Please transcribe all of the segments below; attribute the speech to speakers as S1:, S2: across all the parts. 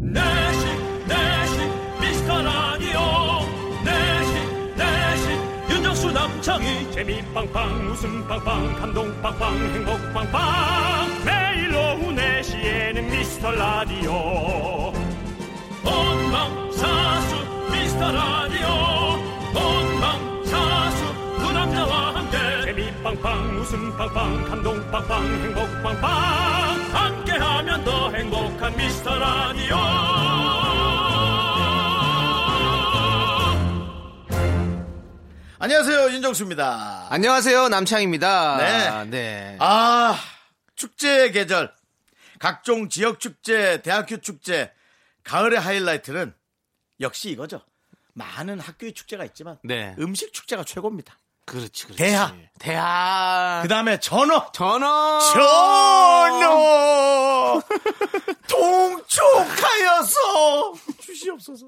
S1: 내식 내식 미스터 라디오 내식 내식 윤정수 남창희
S2: 재미 빵빵 웃음 빵빵 감동 빵빵 행복 빵빵 매일 오후 4시에는 미스터 라디오
S1: 본방사수 미스터 라디오 본방사수 그 남자와 함께
S2: 재미 빵빵 웃음 빵빵 감동 빵빵 행복 빵빵
S1: 함께하면 더 행복한 미스터 라디오
S3: 안녕하세요 윤정수입니다.
S4: 안녕하세요 남창입니다.
S3: 네.
S4: 네.
S3: 아 축제 계절 각종 지역 축제, 대학교 축제, 가을의 하이라이트는 역시 이거죠. 많은 학교의 축제가 있지만
S4: 네.
S3: 음식 축제가 최고입니다.
S4: 그렇지 그렇지.
S3: 대학.
S4: 대학.
S3: 그 다음에 전어,
S4: 아. 전어.
S3: 전어 동촉하여서 주시옵소서.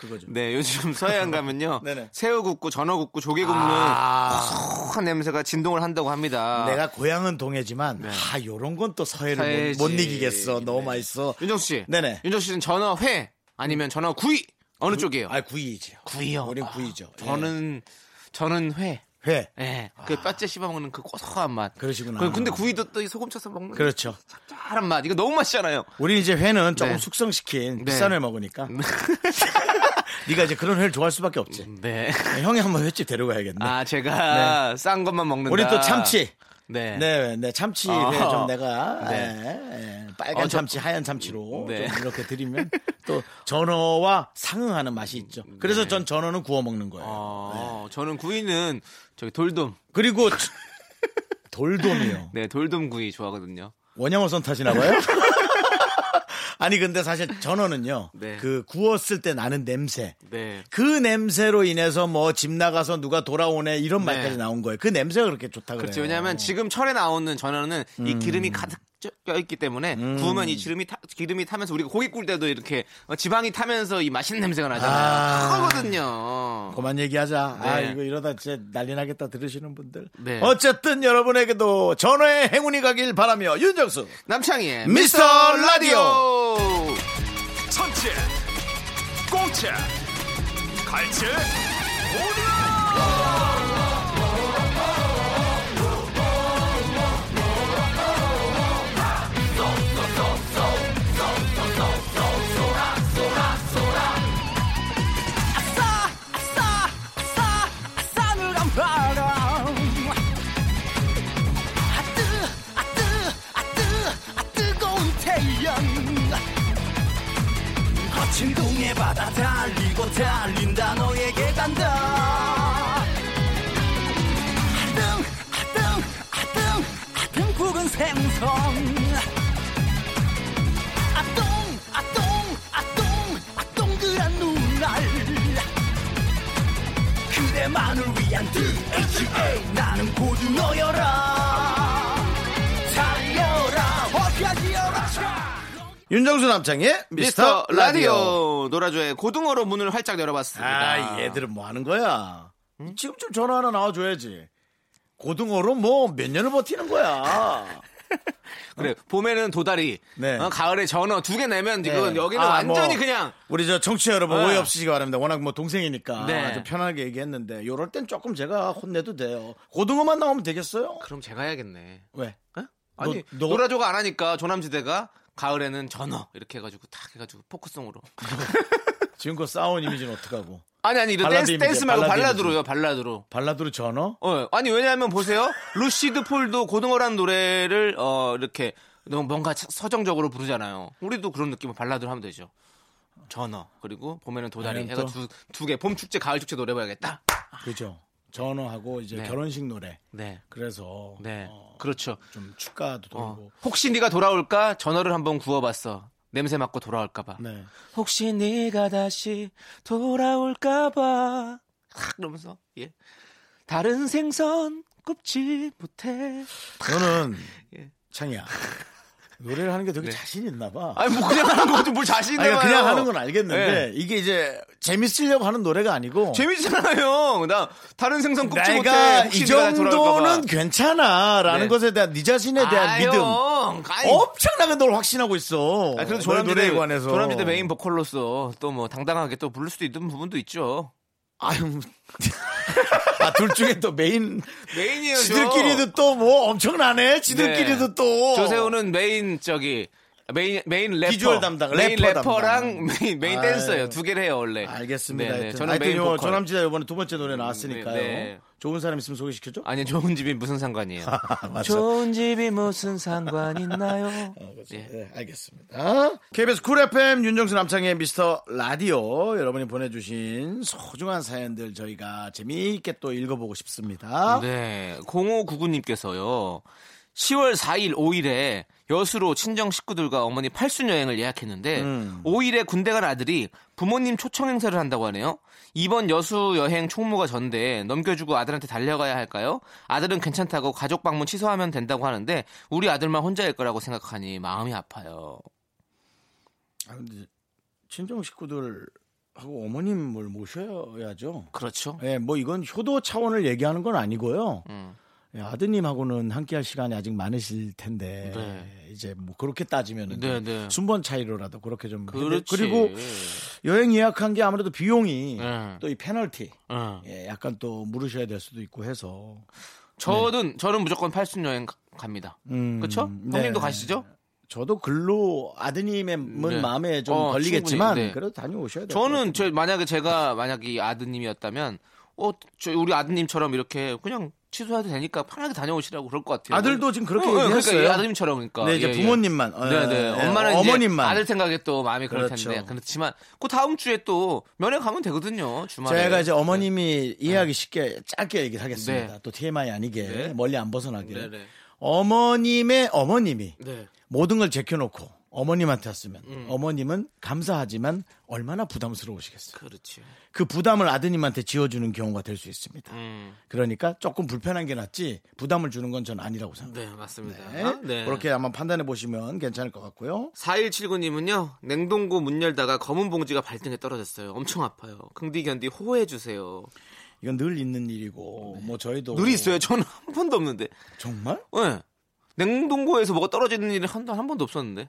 S3: 그거죠.
S4: 네 요즘 서해안 가면요.
S3: 네네. 아.
S4: 새우 굽고 전어 굽고 조개 굽는 고소한 냄새가 진동을 한다고 합니다.
S3: 내가 고향은 동해지만 아 요런 건 또 서해를
S4: 서해지.
S3: 못, 못 이기겠어. 너무
S4: 네.
S3: 맛있어.
S4: 윤정수 씨.
S3: 네네.
S4: 윤정수 씨는 전어 회 아니면 전어 구이 어느 쪽이에요?
S3: 아 구이죠.
S4: 구이요.
S3: 우린
S4: 아,
S3: 구이죠. 예.
S4: 저는 저는 회.
S3: 회.
S4: 예. 그 뼈째 씹어 먹는 그 고소한 맛.
S3: 아. 그러시구나.
S4: 그- 근데 구이도 또 이 소금 쳐서 먹는 그
S3: 그렇죠.
S4: 짭짤한 맛. 이거 너무 맛있잖아요.
S3: 우리 이제 회는 조금
S4: 네.
S3: 숙성시킨
S4: 네.
S3: 비싼 회 먹으니까. 네가 이제 그런 회를 좋아할 수밖에 없지.
S4: 네.
S3: 형이 한번 횟집 데려가야겠네. 네.
S4: 아, 제가 싼 것만 먹는다.
S3: 우리 또 참치.
S4: 네.
S3: 네, 네 참치
S4: 어.
S3: 회 좀 내가
S4: 네.
S3: 예, 예, 빨간
S4: 어, 저-
S3: 참치, 하얀 참치로
S4: 네.
S3: 좀 이렇게 드리면 또 전어와 상응하는 맛이 있죠. 그래서
S4: 네.
S3: 전 전어는 구워 먹는 거예요.
S4: 어, 저는 구이는 저기 돌돔.
S3: 그리고 저- 돌돔이요.
S4: 네, 돌돔 구이 좋아하거든요.
S3: 원양어선 타시나 봐요? 아니 근데 사실 전어는요.
S4: 네.
S3: 그 구웠을 때 나는 냄새.
S4: 네.
S3: 그 냄새로 인해서 뭐 집 나가서 누가 돌아오네 이런
S4: 네.
S3: 말까지 나온 거예요. 그 냄새가 그렇게 좋다 그래요. 음.
S4: 그렇죠. 왜냐하면 지금 철에 나오는 전어는 이 기름이 가득 껴 있기 때문에 구우면 이 기름이 타, 기름이 타면서 우리가 고기 꿀 때도 이렇게 어, 지방이 타면서 이 맛있는 냄새가 나잖아요.
S3: 아.
S4: 그거거든요.
S3: 그만 얘기하자. 아
S4: 네.
S3: 이거 이러다 진짜 난리 나겠다 들으시는 분들.
S4: 네.
S3: 어쨌든 여러분에게도 전어의 행운이 가길 바라며 윤정수
S4: 남창희의
S3: 미스터 라디오.
S4: 라디오.
S1: 선체 꽁체 갈치
S5: 아, 거친 동해 바다 달리고 달린다 너에게 간다 아등 아등 아등 아등 굵은 생선 아동 아동 아동 아동그란 눈알 그대만을 위한 DHA 나는 고주 너여라 달려라 어디까지 열어차
S3: 윤정수 남창의
S4: 미스터 라디오 노라조의 고등어로 문을 활짝 열어봤습니다.
S3: 아, 얘들은 뭐 하는 거야? 지금쯤 전화 하나 나와줘야지. 고등어로 뭐 몇 년을 버티는 거야.
S4: 그래 봄에는 도다리,
S3: 네.
S4: 어, 가을에 전어 두 개 내면 이건
S3: 네.
S4: 여기는
S3: 아,
S4: 완전히
S3: 뭐,
S4: 그냥
S3: 우리 저 청취자 여러분
S4: 네.
S3: 오해 없으시기 바랍니다. 워낙 뭐 동생이니까
S4: 네.
S3: 좀 편하게 얘기했는데 요럴 땐 조금 제가 혼내도 돼요. 고등어만 나오면 되겠어요?
S4: 그럼 제가 해야겠네.
S3: 왜?
S4: 어? 아니
S3: 너-
S4: 노라조가 안 하니까 조남지대가 가을에는 전어 이렇게 해가지고 탁 해가지고 포크송으로.
S3: 지금껏 그 싸운 이미지는 어떡하고?
S4: 아니 아니 이런
S3: 발라드
S4: 댄스
S3: 이미지,
S4: 댄스 말고
S3: 발라드
S4: 발라드로요 발라드로.
S3: 발라드로 전어?
S4: 어, 아니 왜냐하면 보세요 루시드 폴도 고등어라는 노래를 어, 이렇게 너무 뭔가 차- 서정적으로 부르잖아요. 우리도 그런 느낌으로 발라드를 하면 되죠. 전어 그리고 봄에는 도다리
S3: 아니면
S4: 해가
S3: 또-
S4: 두두 개. 봄 축제 가을 축제 노래 봐야겠다.
S3: 그죠. 전어하고 이제
S4: 네.
S3: 결혼식 노래.
S4: 네.
S3: 그래서
S4: 네.
S3: 어,
S4: 그렇죠.
S3: 좀 축가도
S4: 어,
S3: 돌고.
S4: 혹시 네가 돌아올까? 전어를 한번 구워봤어. 냄새 맡고 돌아올까 봐.
S3: 네.
S4: 혹시 네가 다시 돌아올까 봐. 탁 그러면서 예. 다른 생선 굽지 못해.
S3: 너는
S4: 예.
S3: 창이야. 노래를 하는 게 되게
S4: 네.
S3: 자신 있나 봐.
S4: 아니 뭐 그냥 하는 거지 뭘 자신
S3: 아니,
S4: 있나요? 예. 네.
S3: 그냥 하는 건 알겠는데 이게 이제 재밌으려고 하는 노래가 아니고
S4: 재밌잖아요. 나 다른 생선 굽지 못해.
S3: 내가
S4: 혹시
S3: 이
S4: 네가 다시 돌아올까 봐.
S3: 정도는 괜찮아라는
S4: 네.
S3: 것에 대한 네 자신에 대한
S4: 아유,
S3: 믿음
S4: 형. 아이.
S3: 엄청나게 널 확신하고 있어.
S4: 아, 그래도
S3: 너의 노래에
S4: 조남지대
S3: 관해서.
S4: 조남지대 메인 보컬로서 또 뭐 당당하게 또 부를 수도 있는 부분도 있죠.
S3: 아유. 아, 둘 중에 또 메인.
S4: 메인이에요.
S3: 지들끼리도 또 뭐 엄청나네. 지들끼리도
S4: 네.
S3: 또.
S4: 조세호는 메인 저기 메인 메인 래퍼
S3: 비주얼 담당,
S4: 메인
S3: 래퍼
S4: 래퍼랑 메인 메인
S3: 아유.
S4: 댄서예요. 두 개를 해요 원래.
S3: 알겠습니다.
S4: 네, 네.
S3: 하여튼,
S4: 저는
S3: 하여튼
S4: 메인
S3: 요
S4: 보컬.
S3: 조남지대 이번에 두 번째 노래 나왔으니까요.
S4: 네, 네.
S3: 좋은 사람 있으면 소개시켜줘.
S4: 아니 좋은 집이 무슨 상관이에요?
S3: 맞아.
S4: 좋은 집이 무슨 상관 있나요? 예.
S3: 네, 알겠습니다. KBS 쿨 FM 윤정수 남창의 미스터 라디오 여러분이 보내주신 소중한 사연들 저희가 재미있게 또 읽어보고 싶습니다.
S4: 네. 0599님께서요. 10월 4일, 5일에 여수로 친정 식구들과 어머니 팔순 여행을 예약했는데 5일에 군대 간 아들이 부모님 초청 행사를 한다고 하네요. 이번 여수 여행 총무가 전데 넘겨주고 아들한테 달려가야 할까요? 아들은 괜찮다고 가족 방문 취소하면 된다고 하는데 우리 아들만 혼자일 거라고 생각하니 마음이 아파요.
S3: 아, 근데 친정 식구들하고 어머님을 모셔야죠.
S4: 그렇죠?
S3: 예, 뭐 이건 효도 차원을 얘기하는 건 아니고요.
S4: 음.
S3: 예, 아드님하고는 함께할 시간이 아직 많으실 텐데
S4: 네.
S3: 이제 뭐 그렇게 따지면
S4: 네, 네.
S3: 순번 차이로라도 그렇게 좀
S4: 그렇지.
S3: 그리고 여행 예약한 게 아무래도 비용이
S4: 네.
S3: 또 이 페널티
S4: 응.
S3: 예, 약간 또 물으셔야 될 수도 있고 해서
S4: 저는 저는 무조건 팔순 여행 가- 갑니다.
S3: 음,
S4: 그렇죠?
S3: 네.
S4: 형님도 가시죠?
S3: 저도 글로 아드님의 문
S4: 네.
S3: 마음에 좀
S4: 어,
S3: 걸리겠지만
S4: 충분히, 네.
S3: 그래도 다녀오셔야 돼요.
S4: 저는 저 만약에 제가 만약에 이 아드님이었다면 어, 저 우리 아드님처럼 이렇게 그냥 취소해도 되니까 편하게 다녀오시라고 그럴 것 같아요.
S3: 아들도 지금 그렇게
S4: 그러니까
S3: 얘기했어요.
S4: 이 아드님처럼 그러니까.
S3: 네, 이제 부모님만. 어,
S4: 네,
S3: 네,
S4: 네.
S3: 네.
S4: 엄마는
S3: 어머님만.
S4: 이제 아들 생각에 또 마음이 그럴
S3: 그렇죠.
S4: 텐데. 그렇지만 그 다음 주에 또 면회 가면 되거든요. 주말에.
S3: 제가 이제 어머님이 이해하기 쉽게 짧게 얘기를 하겠습니다.
S4: 네.
S3: 또 TMI 아니게
S4: 네.
S3: 멀리 안 벗어나게.
S4: 네, 네.
S3: 어머님의 어머님이
S4: 네. 음.
S3: 모든 걸 제껴놓고 어머님한테 왔으면 어머님은 감사하지만 얼마나 부담스러우시겠어요.
S4: 그렇죠.
S3: 그 부담을 아드님한테 지어주는 경우가 될 수 있습니다.
S4: 음.
S3: 그러니까 조금 불편한 게 낫지 부담을 주는 건 전 아니라고 생각합니다.
S4: 네, 맞습니다.
S3: 예? 그렇게 한번 판단해 보시면 괜찮을 것 같고요.
S4: 4179님은요, 냉동고 문 열다가 검은 봉지가 발등에 떨어졌어요. 엄청 아파요. 긍디견디 호호해주세요.
S3: 이건 늘 있는 일이고 뭐 저희도
S4: 눈이 네. 있어요. 저는 한 번도 없는데.
S3: 정말?
S4: 예. 냉동고에서 뭐가 떨어지는 일이 한, 한 번도 없었는데.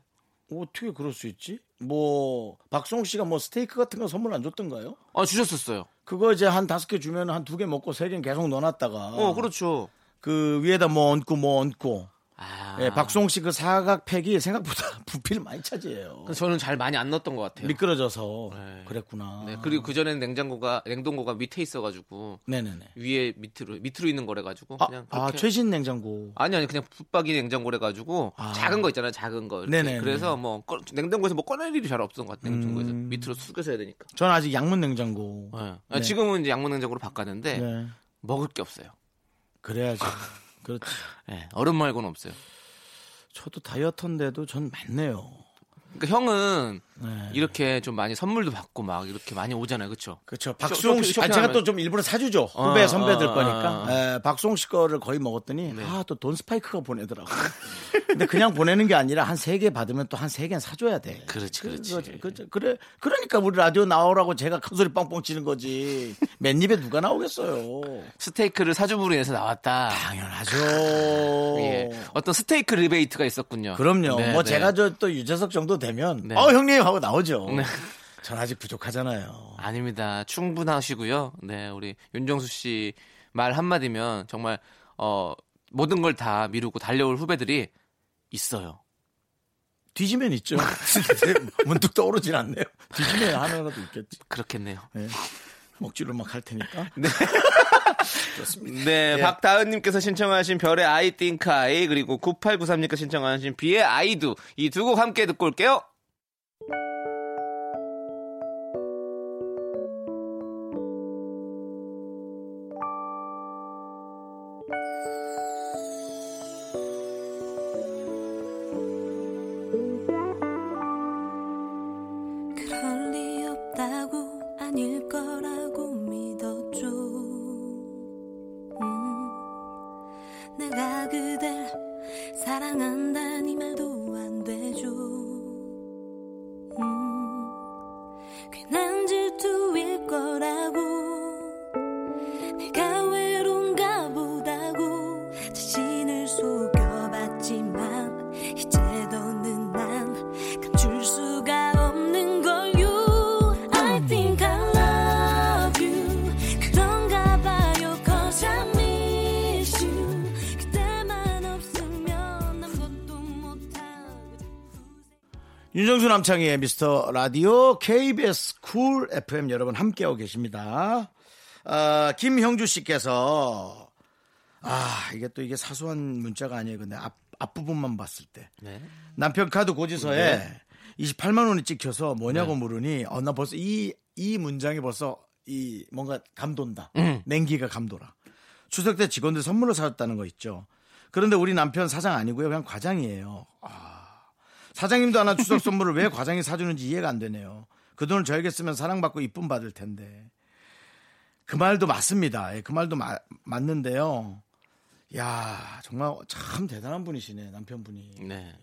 S3: 어떻게 그럴 수 있지? 뭐 박성욱 씨가 뭐 스테이크 같은 거 선물 안 줬던가요?
S4: 아, 주셨었어요.
S3: 그거 이제 한 다섯 개 주면 한 두 개 먹고 세 개는 계속 넣어놨다가
S4: 어, 그렇죠.
S3: 그 위에다 뭐 얹고 뭐 얹고
S4: 아.
S3: 예, 박성욱 씨 그 사각팩이 생각보다 부피를 많이 차지해요.
S4: 그래서 아, 저는 잘 많이 안 넣었던 것 같아요.
S3: 미끄러져서
S4: 그렇죠. 네.
S3: 그랬구나.
S4: 네, 그리고 그전엔 냉장고가, 냉동고가 밑에 있어가지고,
S3: 네네네.
S4: 위에 밑으로, 밑으로 있는 거래가지고,
S3: 아,
S4: 그냥.
S3: 아,
S4: 그렇게-
S3: 최신 냉장고.
S4: 아니 아니 그냥 붙박이 냉장고래가지고
S3: 아.
S4: 작은 거 있잖아요 작은 거 이렇게.
S3: 네네네.
S4: 그래서 뭐 꺼- 냉장고에서 뭐 꺼낼 일이 잘 없었던 것 같아요 냉장고에서 밑으로 숙여서 해야 되니까
S3: 전 아직 양문 냉장고.
S4: 아,
S3: 음. 네.
S4: 지금은 이제 양문 냉장고로 바꿨는데
S3: 네.
S4: 먹을 게 없어요
S3: 그래야지. 그렇지.
S4: 예, 얼음 말고는 없어요
S3: 저도 다이어터인데도 전 맞네요.
S4: 그러니까 형은
S3: 네.
S4: 이렇게 좀 많이 선물도 받고 막 이렇게 많이 오잖아요 그쵸
S3: 그렇죠. 박수홍 씨. 아,
S4: 쇼핑하면-
S3: 제가 또 좀 일부러 사주죠.
S4: 어,
S3: 후배 선배들
S4: 어, 어,
S3: 거니까.
S4: 어, 네. 어.
S3: 에, 박수홍 씨 거를 거의 먹었더니 아 또 돈 스파이크가 보내더라고. 근데 그냥 보내는 게 아니라 한 세 개 받으면 또 한 세 개는 사줘야 돼.
S4: 그렇지, 그렇지.
S3: 그, 그, 그래 그러니까 우리 라디오 나오라고 제가 큰 소리 뻥뻥 치는 거지. 맨 입에 누가 나오겠어요.
S4: 스테이크를 사주부로 인해서 나왔다
S3: 당연하죠.
S4: 예. 어떤 스테이크 리베이트가 있었군요
S3: 그럼요.
S4: 네,
S3: 뭐
S4: 네.
S3: 제가 저 또 유재석 정도 되면
S4: 네.
S3: 어 형님 하고 나오죠.
S4: 네.
S3: 전 아직 부족하잖아요.
S4: 아닙니다. 충분하시고요. 네, 우리 윤정수 씨 말 한마디면 정말 어 모든 걸 다 미루고 달려올 후배들이 있어요.
S3: 뒤지면 있죠. 문득 떠오르진 않네요. 뒤지면 하나라도 있겠지.
S4: 그렇겠네요.
S3: 예. 억지로 막 할 테니까.
S4: 네, 박다은님께서 신청하신 별의 아이 띵크 아이 그리고 9893님께서 신청하신 비의 아이두 이 두 곡 함께 듣고 올게요.
S6: 그럴 리 없다고 아닐 거라고 믿었죠 음, 내가 그댈 사랑한다는 이 말도 안 되죠 음, 괜한 질투일 거라고 내가 외로운가 보다고 자신을 속여봤지만 이제
S3: 윤정수 남창희의 미스터 라디오 KBS 쿨 FM 여러분 함께하고 계십니다. 아, 김형주 씨께서 아 이게 또 이게 사소한 문자가 아니에요. 근데 앞, 앞부분만 봤을 때 남편 카드 고지서에 28만 원이 찍혀서 뭐냐고 물으니 어나 벌써 이 이 문장이 벌써 이 뭔가 감돈다. 냉기가 감돌아. 추석 때 직원들 선물로 사줬다는 거 있죠. 그런데 우리 남편 사장 아니고요. 그냥 과장이에요. 사장님도 하나 추석 선물을 왜 과장이 사주는지 이해가 안 되네요. 그 돈을 저에게 쓰면 사랑받고 이쁨 받을 텐데. 그 말도 맞습니다. 예, 그 말도 마- 맞는데요. 야 정말 참 대단한 분이시네 남편분이
S4: 네.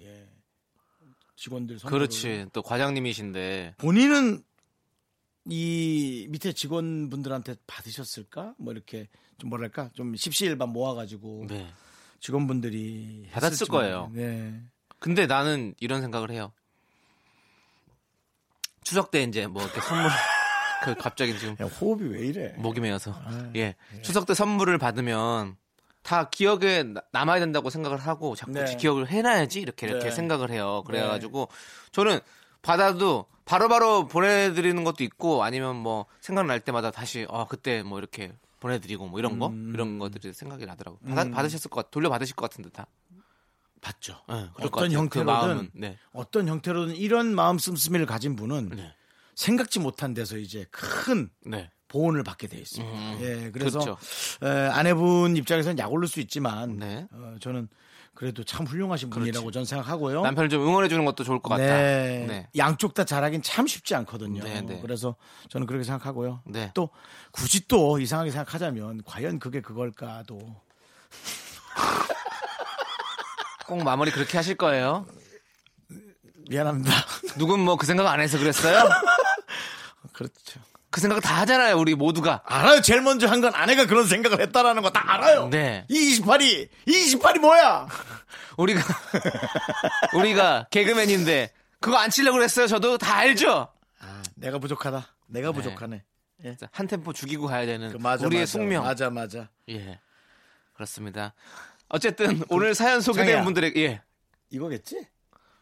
S3: 직원들 선물
S4: 그렇지. 또 과장님이신데.
S3: 본인은 이 밑에 직원분들한테 받으셨을까 뭐 이렇게 좀 뭐랄까 좀 십시일반 모아가지고
S4: 네.
S3: 직원분들이
S4: 받았을
S3: 했을지
S4: 거예요.
S3: 모르겠네. 네.
S4: 근데 나는 이런 생각을 해요. 추석 때 이제 뭐 이렇게 선물 그 갑자기 지금
S3: 야, 호흡이 왜 이래?
S4: 목이 메어서
S3: 아,
S4: 예. 추석 때 선물을 받으면 다 기억에 나- 남아야 된다고 생각을 하고 자꾸
S3: 네.
S4: 기억을 해놔야지 이렇게 이렇게
S3: 네.
S4: 생각을 해요. 그래가지고 저는 받아도 바로바로 보내드리는 것도 있고 아니면 뭐 생각날 때마다 다시 아 그때 뭐 이렇게 보내드리고 뭐 이런 거
S3: 음.
S4: 이런 것들이 생각이 나더라고. 받아, 받으셨을 것 같- 돌려 받으실 것 같은데 다.
S3: 받죠.
S4: 예, 그럴 것
S3: 어떤
S4: 같아요. 그
S3: 형태로든
S4: 마음은, 네.
S3: 어떤 형태로든 이런 마음 씀씀이를 가진 분은
S4: 네.
S3: 생각지 못한 데서 이제 큰
S4: 네.
S3: 보온을 받게 돼 있습니다.
S4: 음,
S3: 예, 그래서
S4: 그렇죠.
S3: 에, 아내분 입장에서는 약 올릴 수 있지만
S4: 네.
S3: 어, 저는 그래도 참 훌륭하신 분이라고 저는 생각하고요.
S4: 남편을 좀 응원해 주는 것도 좋을 것 같다.
S3: 네.
S4: 네.
S3: 양쪽 다 잘하긴 참 쉽지 않거든요.
S4: 네, 네.
S3: 그래서 저는 그렇게 생각하고요.
S4: 네.
S3: 또 굳이 또 이상하게 생각하자면 과연 그게 그걸까도
S4: 꼭 마무리 그렇게 하실 거예요.
S3: 미안합니다.
S4: 누군 뭐 그 생각 안 해서 그랬어요?
S3: 그렇죠.
S4: 그 생각 다 하잖아요, 우리 모두가.
S3: 알아요. 제일 먼저 한 건 아내가 그런 생각을 했다라는 거 다 알아요.
S4: 네.
S3: 이 28이, 이 28이 뭐야?
S4: 우리가 우리가 개그맨인데 그거 안 치려고 그랬어요. 저도 다 알죠.
S3: 아, 내가 부족하다. 내가
S4: 네.
S3: 부족하네.
S4: 한 템포 죽이고 가야 되는
S3: 그 맞아,
S4: 우리의
S3: 맞아.
S4: 숙명.
S3: 맞아, 맞아.
S4: 예. 그렇습니다. 어쨌든 오늘 사연 소개된
S3: 장이야.
S4: 분들의 예.
S3: 이거겠지?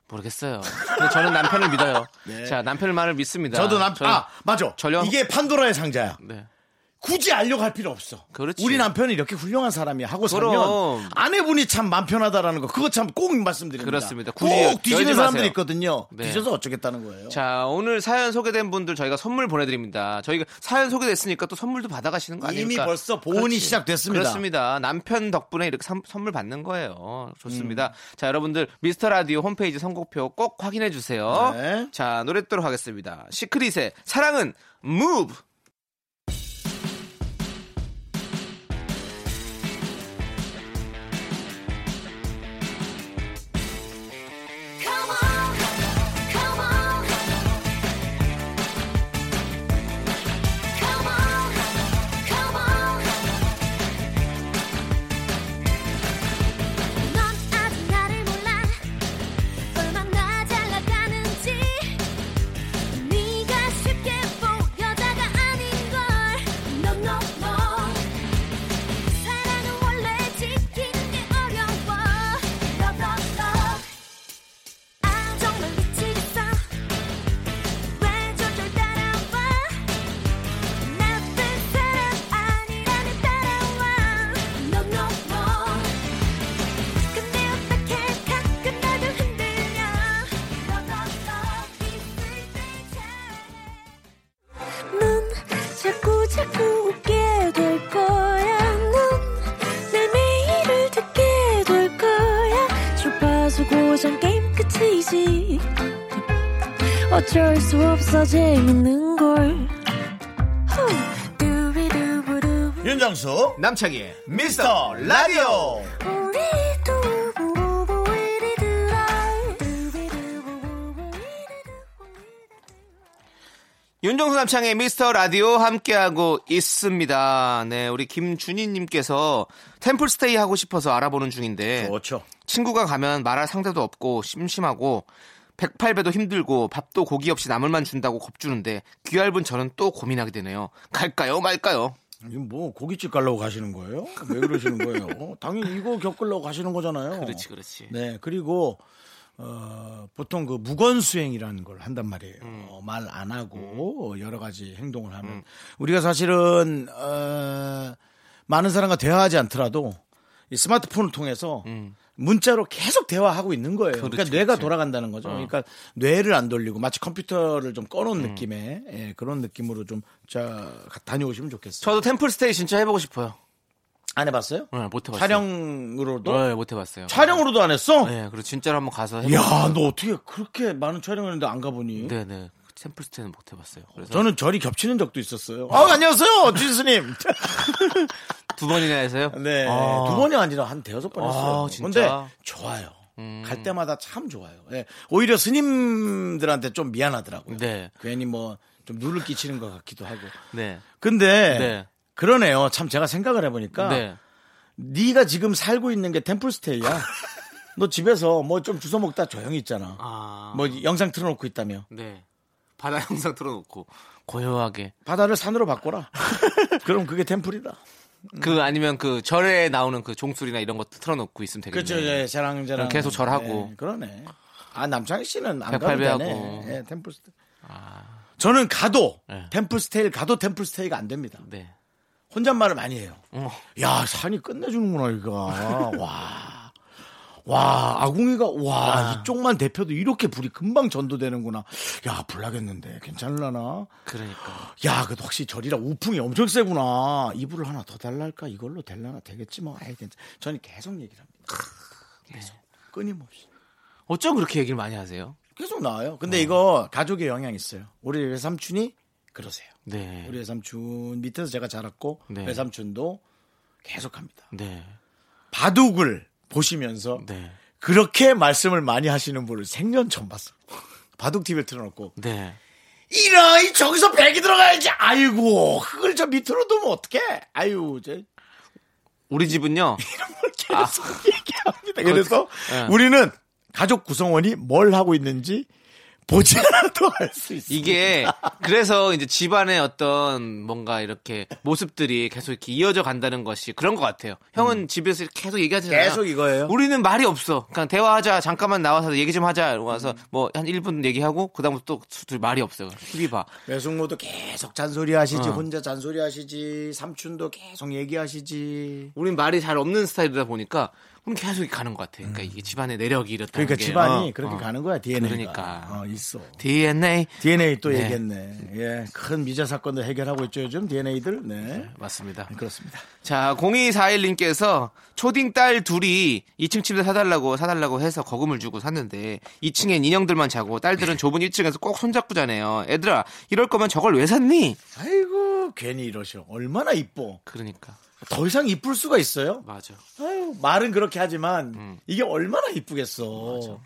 S4: 모르겠어요. 근데 저는 남편을 믿어요. 자, 남편의 말을 믿습니다.
S3: 네. 저도 남,
S4: 저는-
S3: 아, 맞아.
S4: 전혀-
S3: 이게 판도라의 상자야.
S4: 네.
S3: 굳이 알려고 할 필요 없어.
S4: 그렇지.
S3: 우리 남편이 이렇게 훌륭한 사람이 하고 살면
S4: 그럼.
S3: 아내분이 참 마음 편하다라는 거 그거 참 꼭 말씀드립니다.
S4: 그렇습니다. 굳이
S3: 꼭
S4: 열지
S3: 뒤지는 사람들이
S4: 마세요.
S3: 있거든요.
S4: 네.
S3: 뒤져서 어쩌겠다는 거예요.
S4: 자, 오늘 사연 소개된 분들 저희가 선물 보내드립니다. 저희가 사연 소개됐으니까 또 선물도 받아가시는 거
S3: 이미
S4: 아닙니까?
S3: 벌써 보온이 시작됐습니다.
S4: 그렇습니다. 남편 덕분에 이렇게 삼- 선물 받는 거예요. 좋습니다.
S3: 음.
S4: 자, 여러분들 미스터 라디오 홈페이지 선곡표 꼭 확인해 주세요.
S3: 네.
S4: 자, 노래 듣도록 하겠습니다. 시크릿의 사랑은 move.
S6: Come on, come on, come on, come on. 넌 아직 나를 몰라 얼마나 잘 나가는지 네가 쉽게 보여다가 아닌 걸. No no no. 사랑은 원래 지키는 게 어려워. Love love love. 아 정말 미치겠어 왜 저절 따라와 나쁜 사람 아니라면 따라와 No no no 근데 어떻게 가끔 나도 흔들려 너너너 있을 때 잘해 넌 자꾸 자꾸 웃게 될 거야 넌내 매일을 듣게 될 거야 주파수 고정 게임 끝이지 어쩔 수 없어 재밌는걸 후. 두비두부두.
S3: 윤정수
S4: 남창희의
S3: 미스터 라디오
S6: 우리 두부부부 우리들아. 두비두부부부 우리들아.
S4: 윤정수 남창의 미스터 라디오 함께하고 있습니다. 네, 우리 김준희님께서 템플스테이 하고 싶어서 알아보는 중인데
S3: 좋죠.
S4: 친구가 가면 말할 상대도 없고 심심하고 108배도 힘들고 밥도 고기 없이 나물만 준다고 겁주는데 귀얇은 저는 또 고민하게 되네요. 갈까요 말까요?
S3: 지금 뭐 고깃집 가려고 가시는 거예요? 왜 네, 그러시는 거예요? 당연히 이거 겪으려고 가시는 거잖아요.
S4: 그렇지 그렇지.
S3: 네, 그리고 어, 보통 그 무건 수행이라는 걸 한단 말이에요.
S4: 음.
S3: 어, 말 안 하고 여러 가지 행동을 하는. 우리가 사실은 어, 많은 사람과 대화하지 않더라도 이 스마트폰을 통해서 문자로 계속 대화하고 있는 거예요. 그러니까
S4: 음. 그렇죠,
S3: 뇌가
S4: 그렇죠.
S3: 돌아간다는 거죠. 그러니까 뇌를 안 돌리고 마치 컴퓨터를 좀 꺼놓은
S4: 음.
S3: 느낌의 예, 그런 느낌으로 좀 자, 다녀오시면 좋겠어요.
S4: 저도 템플스테이 진짜 해보고 싶어요.
S3: 안 해봤어요?
S4: 네, 못 해봤어요.
S3: 촬영으로도?
S4: 네, 못 해봤어요.
S3: 촬영으로도 안 했어?
S4: 네, 그리고 진짜로 한번 가서 해보.
S3: 야, 너 어떻게 그렇게 많은 촬영했는데 안 가보니?
S4: 네, 네. 템플스테이는 못 해봤어요. 그래서
S3: 저는 절이 겹치는 적도 있었어요. 아, 안녕하세요, 주스님.
S4: 두 번이나 해서요.
S3: 네.
S4: 아.
S3: 두 번이 아니라 한 대여섯 번
S4: 아,
S3: 했어요.
S4: 진짜?
S3: 근데 좋아요. 갈 때마다 참 좋아요. 예. 오히려 스님들한테 좀 미안하더라고요.
S4: 네.
S3: 괜히 뭐 좀 누를 끼치는 것 같기도 하고.
S4: 네.
S3: 근데
S4: 네.
S3: 그러네요. 참 제가 생각을 해보니까
S4: 네.
S3: 네가 지금 살고 있는 게 템플스테이야. 너 집에서 뭐 좀 주워 먹다 조용히 있잖아.
S4: 아.
S3: 뭐 영상 틀어놓고 있다며.
S4: 네. 바다 영상 틀어놓고 고요하게.
S3: 바다를 산으로 바꿔라. 그럼 그게 템플이다.
S4: 그 아니면 그 절에 나오는 그 종술이나 이런 것도 틀어놓고 있으면 되겠네요.
S3: 그렇죠. 예, 자랑 자랑.
S4: 계속 절하고.
S3: 예, 그러네. 아 남창희 씨는 안 가도
S4: 백팔배
S3: 되네.
S4: 하고. 아.
S3: 예, 템플스테. 저는 가도
S4: 네.
S3: 템플스테이를 가도 템플스테이가 안 됩니다.
S4: 네.
S3: 혼잣말을 많이 해요.
S4: 어.
S3: 야 산이 끝내주는구나 이거. 와. 와 아궁이가 와 이쪽만 대표도 이렇게 불이 금방 전도되는구나. 야 불나겠는데 괜찮을라나.
S4: 그러니까.
S3: 야, 그래도 확실히 절이라 우풍이 엄청 세구나. 이불을 하나 더 달랄까? 이걸로 될라나? 되겠지 뭐. 아이, 괜찮. 저는 계속 얘기를 합니다.
S4: 네.
S3: 계속. 끊임없이.
S4: 어쩜 그렇게 얘기를 많이 하세요?
S3: 계속 나와요. 근데
S4: 어.
S3: 이거 가족의 영향이 있어요. 우리 외삼촌이 그러세요.
S4: 네.
S3: 우리 외삼촌 밑에서 제가 자랐고
S4: 네.
S3: 외삼촌도 계속 합니다.
S4: 네.
S3: 바둑을 보시면서
S4: 네.
S3: 그렇게 말씀을 많이 하시는 분을 생년 처음 봤어요. 바둑 TV를 틀어놓고
S4: 네.
S3: 이라이 저기서 백이 들어가야지. 아이고 그걸 저 밑으로 두면 어떡해. 아유 이제
S4: 우리 집은요.
S3: 계속 얘기합니다. 그래서
S4: 아. 예.
S3: 우리는 가족 구성원이 뭘 하고 있는지 보지 않아도 알 수 있어요.
S4: 음. 이게 그래서 이제 집안의 어떤 뭔가 이렇게 모습들이 계속 이렇게 이어져 간다는 것이 그런 것 같아요. 형은 집에서 이렇게 계속 얘기하잖아요.
S3: 음. 계속 이거예요.
S4: 우리는 말이 없어. 그냥 대화하자. 잠깐만 나와서 얘기 좀 하자. 이러고 와서
S3: 음.
S4: 뭐 한 1분 얘기하고 그다음부터 또 둘이 말이 없어요. TV 봐.
S3: 외숙모도 계속 잔소리 하시지,
S4: 어.
S3: 혼자 잔소리 하시지, 삼촌도 계속 얘기하시지.
S4: 우린 말이 잘 없는 스타일이다 보니까 그럼 계속 가는 것 같아. 그러니까 이게 집안의 내력이 이렇다.
S3: 음. 그러니까
S4: 게.
S3: 집안이
S4: 어,
S3: 그렇게
S4: 어.
S3: 가는 거야, DNA가.
S4: 그러니까.
S3: 어, 있어.
S4: DNA
S3: DNA 또
S4: 네.
S3: 얘기했네. 예, 큰 미제 사건도 해결하고 있죠, 요즘 DNA들. 네.
S4: 맞습니다.
S3: 그렇습니다.
S4: 자, 0241님께서 초딩 딸 둘이 2층 침대 사달라고 사달라고 해서 거금을 주고 샀는데 2층엔 인형들만 자고
S3: 네.
S4: 딸들은 좁은 1층에서 꼭 손잡고 자네요. 애들아, 이럴 거면 저걸 왜 샀니?
S3: 아이고, 괜히 이러셔. 얼마나 이뻐.
S4: 그러니까
S3: 더 이상 이쁠 수가 있어요?
S4: 맞아.
S3: 아유, 말은 그렇게 하지만
S4: 음.
S3: 이게 얼마나 이쁘겠어.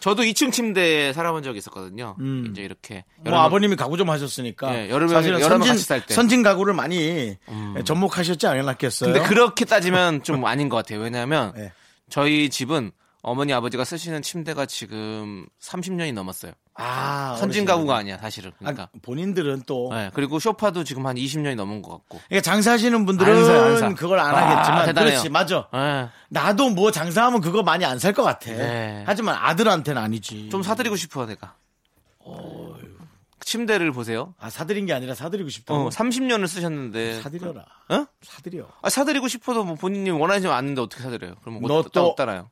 S4: 저도 2층 침대에 살아본 적이 있었거든요. 이제 이렇게
S3: 뭐
S4: 여러 명-
S3: 아버님이 가구 좀 하셨으니까
S4: 예, 여러 명이-
S3: 사실은
S4: 여러 명
S3: 선진,
S4: 같이 살 때. 음.
S3: 선진 가구를 많이 접목하셨지 않았겠어요.
S4: 근데 그렇게 따지면 좀 아닌 것 같아요. 왜냐하면
S3: 예.
S4: 저희 집은 어머니 아버지가 쓰시는 침대가 지금 30년이 넘었어요.
S3: 아,
S4: 선진
S3: 어르신.
S4: 가구가 아니야 사실은.
S3: 아,
S4: 그러니까
S3: 본인들은 또
S4: 예, 그리고 쇼파도 지금 한 20년이 넘은 것 같고.
S3: 그러니까 장사하시는 분들은
S4: 안 사, 안 사.
S3: 그걸 안
S4: 아,
S3: 하겠지만
S4: 대단해요.
S3: 그렇지 맞아.
S4: 예.
S3: 나도 뭐 장사하면 그거 많이 안 살 것 같아.
S4: 네.
S3: 하지만 아들한테는 아니지.
S4: 좀 사드리고 싶어 내가. 침대를 보세요.
S3: 아, 사드린 게 아니라 사드리고 싶다고.
S4: 어, 30년을 쓰셨는데.
S3: 사드려라.
S4: 어?
S3: 사드려.
S4: 아, 사드리고 싶어도 뭐 본인이 원하지 않는데 어떻게 사드려요? 그럼
S3: 너
S4: 뭐
S3: 또-
S4: 또 따라요.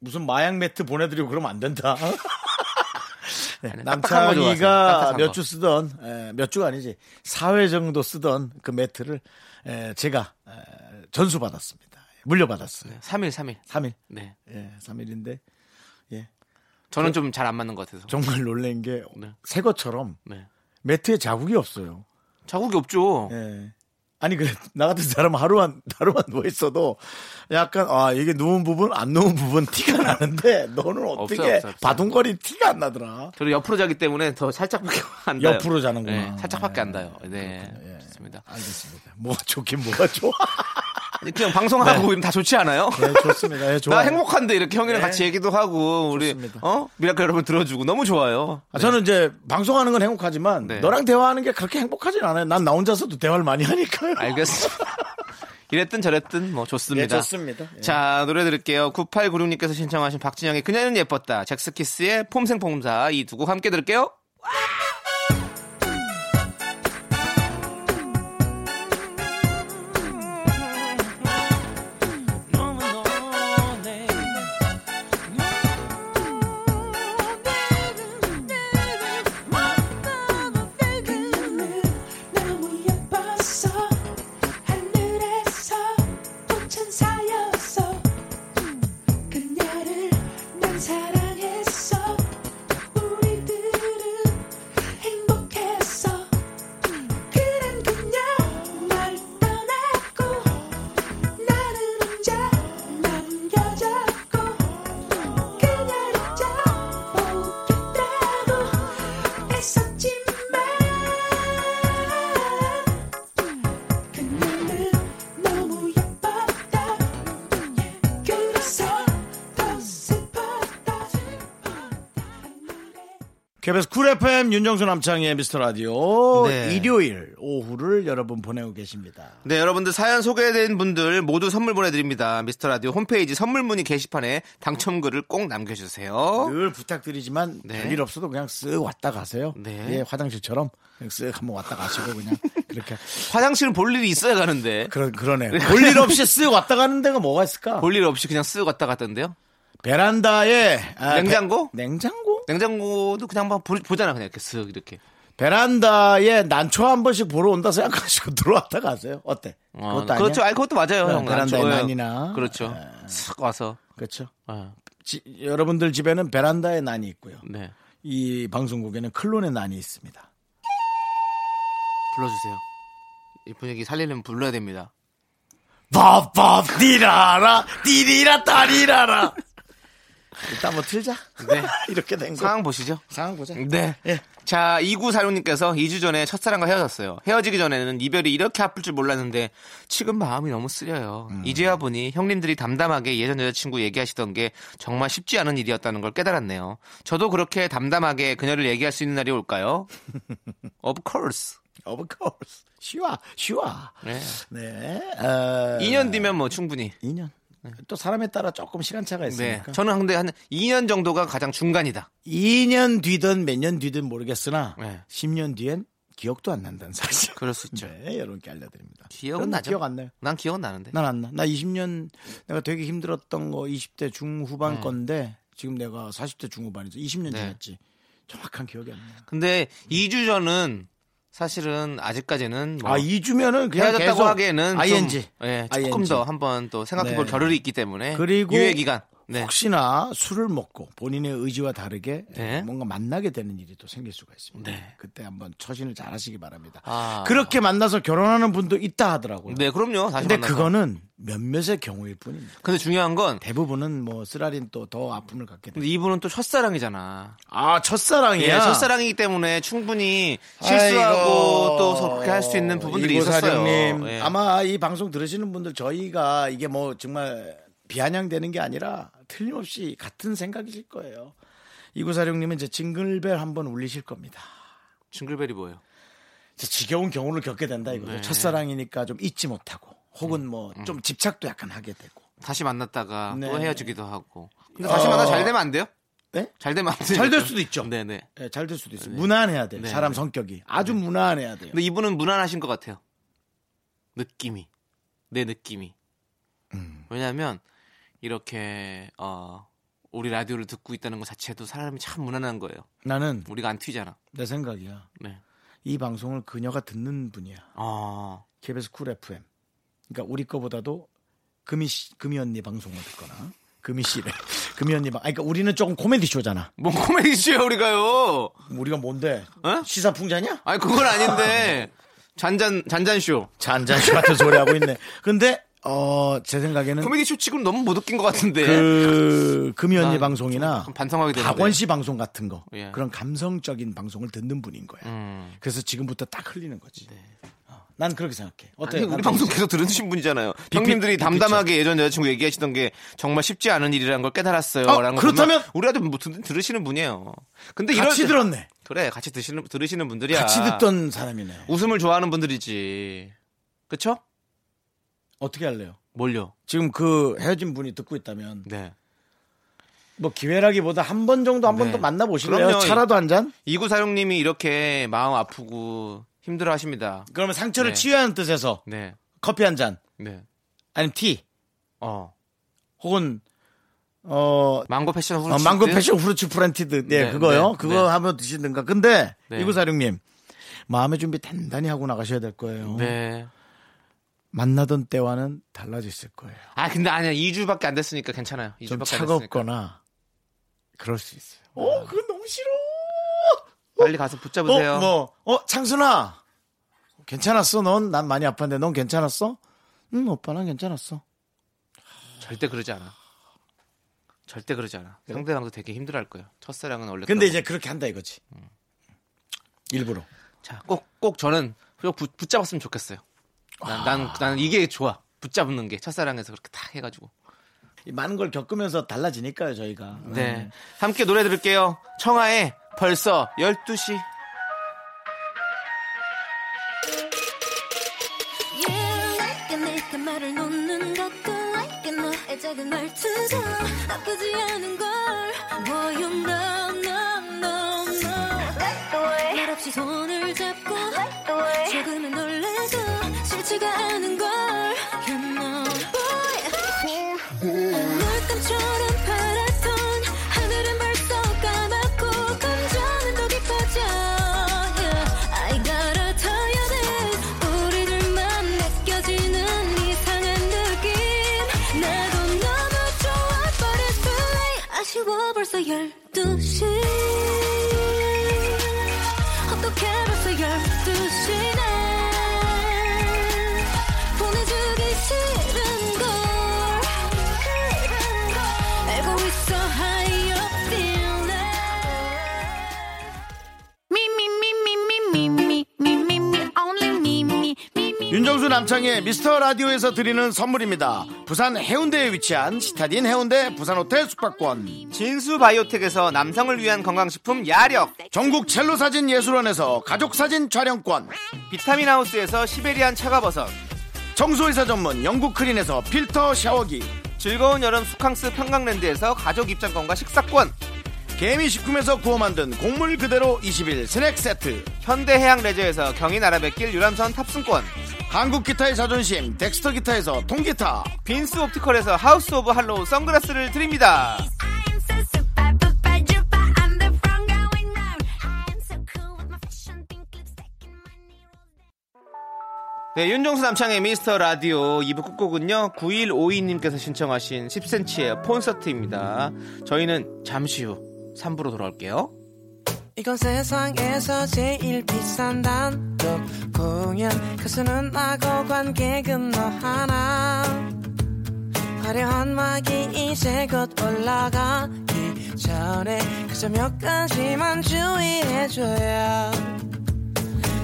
S3: 무슨 마약 매트 보내드리고 그러면 안 된다. 네,
S4: 아니, 딱딱한 거 좋아하세요.
S3: 남창이가
S4: 딱딱한
S3: 몇
S4: 거.
S3: 주 쓰던 에, 몇 주가 아니지 4회 정도 쓰던 그 매트를 에, 제가 에, 전수 받았습니다. 물려받았어요.
S4: 3일, 3일.
S3: 3일,
S4: 네.
S3: 예, 3일인데 그-
S4: 저는 좀 잘 안 맞는 것 같아서.
S3: 정말 놀란 게 새
S4: 네.
S3: 것처럼
S4: 네.
S3: 매트에 자국이 없어요.
S4: 자국이 없죠.
S3: 예. 아니 그래 나 같은 사람 하루만 하루만 누워 있어도 약간 아 이게 누운 부분 안 누운 부분 티가 나는데 너는 어떻게
S4: 없어요, 없어요.
S3: 바둥거리 티가 안 나더라.
S4: 저는 옆으로 자기 때문에 더 살짝밖에 안 나요.
S3: 옆으로 자는구나.
S4: 네, 살짝밖에 안
S3: 네,
S4: 나요. 네. 좋습니다.
S3: 알겠습니다. 뭐가 좋긴 뭐가 좋아.
S4: 아니, 그냥 방송하고 이러면 다 좋지 않아요?
S3: 네, 좋습니다. 예, 좋아요. 네.
S4: 나 행복한데 이렇게 형이랑 같이 얘기도 하고 우리
S3: 좋습니다.
S4: 어? 미라클 여러분 들어주고 너무 좋아요.
S3: 아, 저는 이제 방송하는 건 행복하지만
S4: 네.
S3: 너랑 대화하는 게 그렇게 행복하진 않아요. 난 나 혼자서도 대화를 많이 하니까요.
S4: 알겠습니다. 이랬든 저랬든 뭐 좋습니다.
S3: 예, 좋습니다. 예.
S4: 자, 노래 들을게요. 9896님께서 신청하신 박진영의 그녀는 예뻤다. 잭스키스의 폼생폼사 이 두 곡 함께 들을게요.
S7: 너무 예뻤어 하늘에서 꽃천사였어 그녀를 난 사랑했어 우리들은 행복했어 그런 그녀 날 떠났고 나는 혼자 남겨졌고 그녀를 잡보겠다고 애썼지만 그녀는 너무 예뻤다 그래서 더 슬펐다 그 슬펐다
S3: KBS 쿨 FM 윤정수 남창의 미스터 라디오
S4: 네.
S3: 일요일 오후를 여러분 보내고 계십니다.
S4: 네, 여러분들 사연 소개된 분들 모두 선물 보내드립니다. 미스터 라디오 홈페이지 선물 문의 게시판에 당첨글을 꼭 남겨주세요.
S3: 늘 부탁드리지만
S4: 어? 네.
S3: 별일 없어도 그냥 쓱 왔다 가세요.
S4: 네.
S3: 예, 화장실처럼 그냥 쓱 한번 왔다 가시고 그냥 그렇게
S4: 화장실은 볼 일이 있어야 가는데
S3: 그런 그러네요. 볼 일 없이 쓱 왔다 가는 데가 뭐가 있을까?
S4: 볼 일 없이 그냥 쓱 왔다 갔던데요.
S3: 베란다에 아,
S4: 냉장고?
S3: 베, 냉장고?
S4: 냉장고도 그냥 한번 보- 보잖아 그냥 이렇게 쓱 이렇게.
S3: 베란다에 난초 한 번씩 보러 온다 생각하시고 들어왔다 가세요. 어때?
S4: 어,
S3: 그것도 아니야?
S4: 그렇죠. 아니 그것도 맞아요.
S3: 어,
S4: 형.
S3: 베란다에
S4: 난 좋아요.
S3: 난이나.
S4: 그렇죠.
S3: 예.
S4: 쓱 와서.
S3: 그렇죠.
S4: 어,
S3: 지- 여러분들 집에는 베란다에 난이 있고요.
S4: 네.
S3: 이 방송국에는 클론의 난이 있습니다.
S4: 불러주세요. 이 분위기 살리려면 불러야 됩니다.
S3: 밥밥 디라라 디리라 따리라라. 일단 뭐 틀자.
S4: 네.
S3: 이렇게 된 거.
S4: 상황 보시죠.
S3: 상황 보자.
S4: 네.
S3: 예.
S4: 자, 2946님께서 2주 전에 첫사랑과 헤어졌어요. 헤어지기 전에는 이별이 이렇게 아플 줄 몰랐는데 지금 마음이 너무 쓰려요. 이제야 보니 형님들이 담담하게 예전 여자친구 얘기하시던 게 정말 쉽지 않은 일이었다는 걸 깨달았네요. 저도 그렇게 담담하게 그녀를 얘기할 수 있는 날이 올까요? of course.
S3: Of course. 쉬워. 쉬워.
S4: 네.
S3: 네. 어,
S4: 2년 뒤면 뭐 충분히.
S3: 2년. 또 사람에 따라 조금 시간차가
S4: 네.
S3: 있으니까.
S4: 저는 근데 한 2년 정도가 가장 중간이다.
S3: 2년 뒤든 몇 년 뒤든 모르겠으나
S4: 네.
S3: 10년 뒤엔 기억도 안 난다는 사실.
S4: 그럴 수 있죠.
S3: 네, 여러분께 알려드립니다.
S4: 그렇죠. 기억은
S3: 저는
S4: 나죠. 네.
S3: 기억 안 나요.
S4: 난 기억은 나는데.
S3: 난 안 나. 나 20년 내가 되게 힘들었던 거 20대 중후반 건데 지금 내가 40대 중후반이죠. 20년
S4: 네.
S3: 지났지. 정확한 기억이 안 나.
S4: 근데 2주 전은 사실은 아직까지는 뭐
S3: 아 2주면은 그냥
S4: 헤어졌다고
S3: 계속
S4: 하기에는 좀,
S3: ing. 아,
S4: 예, 조금
S3: ING.
S4: 더 한번 또 생각해볼
S3: 네.
S4: 겨를이 있기 때문에
S3: 그리고
S4: 유예 기간. 네.
S3: 혹시나 술을 먹고 본인의 의지와 다르게
S4: 네.
S3: 뭔가 만나게 되는 일이 또 생길 수가 있습니다.
S4: 네.
S3: 그때 한번 처신을 잘 하시기 바랍니다.
S4: 아.
S3: 그렇게 만나서 결혼하는 분도 있다 하더라고요.
S4: 네, 그럼요. 다시
S3: 근데
S4: 만나서.
S3: 그거는 몇몇의 경우일 뿐입니다.
S4: 근데 중요한 건
S3: 대부분은 뭐 쓰라린 또 더 아픔을 갖게 됩니다.
S4: 근데 이분은 또 첫사랑이잖아.
S3: 아,
S4: 예,
S3: 첫사랑이야.
S4: 첫사랑이기 때문에 충분히 실수하고 또 그렇게 할 수 있는 부분들이 있었어요.
S3: 님
S4: 예.
S3: 아마 이 방송 들으시는 분들 저희가 이게 뭐 정말 비아냥되는 게 아니라 틀림없이 같은 생각이실 거예요. 이구사령님은 이제 징글벨 한번 울리실 겁니다.
S4: 징글벨이 뭐예요?
S3: 이제 지겨운 경우를 겪게 된다 이거죠.
S4: 네.
S3: 첫사랑이니까 좀 잊지 못하고 혹은 뭐
S4: 음.
S3: 좀 집착도 약간 하게 되고.
S4: 다시 만났다가
S3: 네.
S4: 또 헤어지기도 하고. 근데 다시 만나 잘 되면 안 돼요?
S3: 네?
S4: 잘 되면 안 돼요.
S3: 잘 될 수도 있죠.
S4: 네네.
S3: 예, 잘 될 수도 있어요. 무난해야 돼요.
S4: 네.
S3: 사람 성격이 아주 무난해야 돼요.
S4: 근데 이분은 무난하신 것 같아요. 느낌이 내 느낌이.
S3: 음.
S4: 왜냐하면 이렇게 어, 우리 라디오를 듣고 있다는 것 자체도 사람이 참 무난한 거예요.
S3: 나는
S4: 우리가 안 튀잖아.
S3: 내 생각이야.
S4: 네.
S3: 이 방송을 그녀가 듣는 분이야.
S4: 어,
S3: KBS 쿨 FM. 그러니까 우리 거보다도 금이 씨, 금이 언니 방송을 듣거나 금이 씨래. 금이 언니 방. 아니, 그러니까 우리는 조금 코미디 쇼잖아.
S4: 뭔 코미디쇼야 음, 우리가요.
S3: 우리가 뭔데?
S4: 어?
S3: 시사풍자냐?
S4: 아니 그건 아닌데 잔잔 잔잔쇼.
S3: 잔잔쇼 같은 소리 하고 있네. 근데 어, 제 생각에는
S4: 코미디쇼 치고는 너무 못 웃긴 것 같은데.
S3: 그 금이 언니
S4: 아,
S3: 방송이나
S4: 좀 반성하게 되는데.
S3: 박원 씨 방송 같은 거
S4: 예.
S3: 그런 감성적인 방송을 듣는 분인 거야.
S4: 음. 네.
S3: 그래서 지금부터 딱 흘리는 거지. 어, 난 그렇게 생각해. 어때? 어,
S4: 아니, 우리 방송 계속 들으신 분이잖아요. 형님들이
S3: 비피-
S4: 담담하게 예전 여자친구 얘기하시던 게 정말 쉽지 않은 일이라는 걸 깨달았어요.
S3: 아,
S4: 라는 거
S3: 그렇다면-
S4: 보면 우리라도 뭐 들- 들으시는 분이에요. 근데 이럴
S3: 같이
S4: 때-
S3: 들었네.
S4: 그래, 같이 드시는 들으시는 분들이야.
S3: 같이 듣던 사람이네.
S4: 웃음을 좋아하는 분들이지. 그쵸
S3: 어떻게 할래요?
S4: 뭘요?
S3: 지금 그 헤어진 분이 듣고 있다면
S4: 네.
S3: 뭐 기회라기보다 한 번 정도 한 번
S4: 네.
S3: 더 만나 보실래요?
S4: 그럼요.
S3: 차라도 한 잔?
S4: 이구사령님이 이렇게 마음 아프고 힘들어 하십니다.
S3: 그러면 상처를
S4: 네.
S3: 치유하는 뜻에서
S4: 네.
S3: 커피 한 잔,
S4: 네.
S3: 아니면 티,
S4: 어.
S3: 혹은 어,
S4: 망고 패션 후르츠.
S3: 어, 망고 패션 후르츠 프렌티드, 네,
S4: 네,
S3: 그거요.
S4: 네,
S3: 그거
S4: 네.
S3: 하면 드시든가. 근데
S4: 네.
S3: 이구사령님 마음의 준비 단단히 하고 나가셔야 될 거예요.
S4: 네.
S3: 만나던 때와는 달라졌을 거예요.
S4: 아 근데 아니야 2주밖에 안 됐으니까 괜찮아요. 2주밖에
S3: 좀
S4: 안 됐으니까.
S3: 차갑거나 그럴 수 있어요. 어, 그건 너무 싫어.
S4: 빨리 가서 붙잡으세요.
S3: 어, 뭐, 어, 창순아. 괜찮았어, 넌? 난 많이 아팠는데 넌 괜찮았어? 응, 오빠 난 괜찮았어.
S4: 절대 그러지 않아. 절대 그러지 않아. 상대방도 되게 힘들어할 거예요. 첫사랑은
S3: 네.
S4: 원래.
S3: 근데
S4: 그런
S3: 이제 그렇게 한다 이거지. 일부러.
S4: 거. 자, 꼭 꼭 저는 꼭 붙, 붙잡았으면 좋겠어요.
S3: 아.
S4: 난, 난, 난 이게 좋아. 붙잡는 게 첫사랑에서 그렇게 탁 해가지고.
S3: 이 많은 걸 겪으면서 달라지니까요, 저희가. 음.
S4: 네. 함께 노래 들을게요. 청하의 벌써 12시.
S6: Yeah, like it, 내가 말을 놓는 것도 like it, 너의 작은 말투도 나쁘지 않은 걸. Boy, you know, no, no, no. 말 없이 손을 잡고 조금은 놀래도 싫지가 않은 걸. You know, boy. 물감처럼 파랗던 하늘은 벌써 까맣고 감정은 더 깊어져 Yeah. I gotta tell you this 우리들만 느껴지는 이상한 느낌 나도 너무 좋아 But it's too late 아쉬워 벌써 12시 어떻게 벌써 12시네 보내주기 싫은 걸 알고 있어 high up feeling
S8: Me, me, me, me, me, me, me, me, me, me, only me, me, me, me.
S3: 윤정수 남창의 미스터 라디오에서 드리는 선물입니다. 부산 해운대에 위치한 시타딘 해운대 부산 호텔 숙박권.
S4: 진수 바이오텍에서 남성을 위한 건강식품 야력.
S3: 전국 첼로 사진 예술원에서 가족 사진 촬영권.
S4: 비타민 하우스에서 시베리안 차가버섯.
S3: 청소회사 전문 영국 크린에서 필터 샤워기.
S4: 즐거운 여름 수캉스 평강랜드에서 가족 입장권과 식사권.
S3: 개미 식품에서 구워 만든 곡물 그대로 20일 스낵 세트.
S4: 현대해양 레저에서 경인아라뱃길 유람선 탑승권
S3: 한국 기타의 자존심 덱스터 기타에서 통기타.
S4: 빈스 옵티컬에서 하우스 오브 할로우 선글라스를 드립니다
S8: I am so super, super, duper. I'm the front going round. I am so cool with my fashion, pink lipstick and my nails.
S4: 네 윤종수 남창의 미스터 라디오 2부 끝곡은요 9152님께서 신청하신 10cm의 콘서트입니다 저희는 잠시 후 3부로 돌아올게요
S7: 이건 세상에서 제일 비싼 단독 공연 가수는 나고 관객은 너 하나 화려한 막이 이제 곧 올라가기 전에 그저 몇 가지만 주의해줘요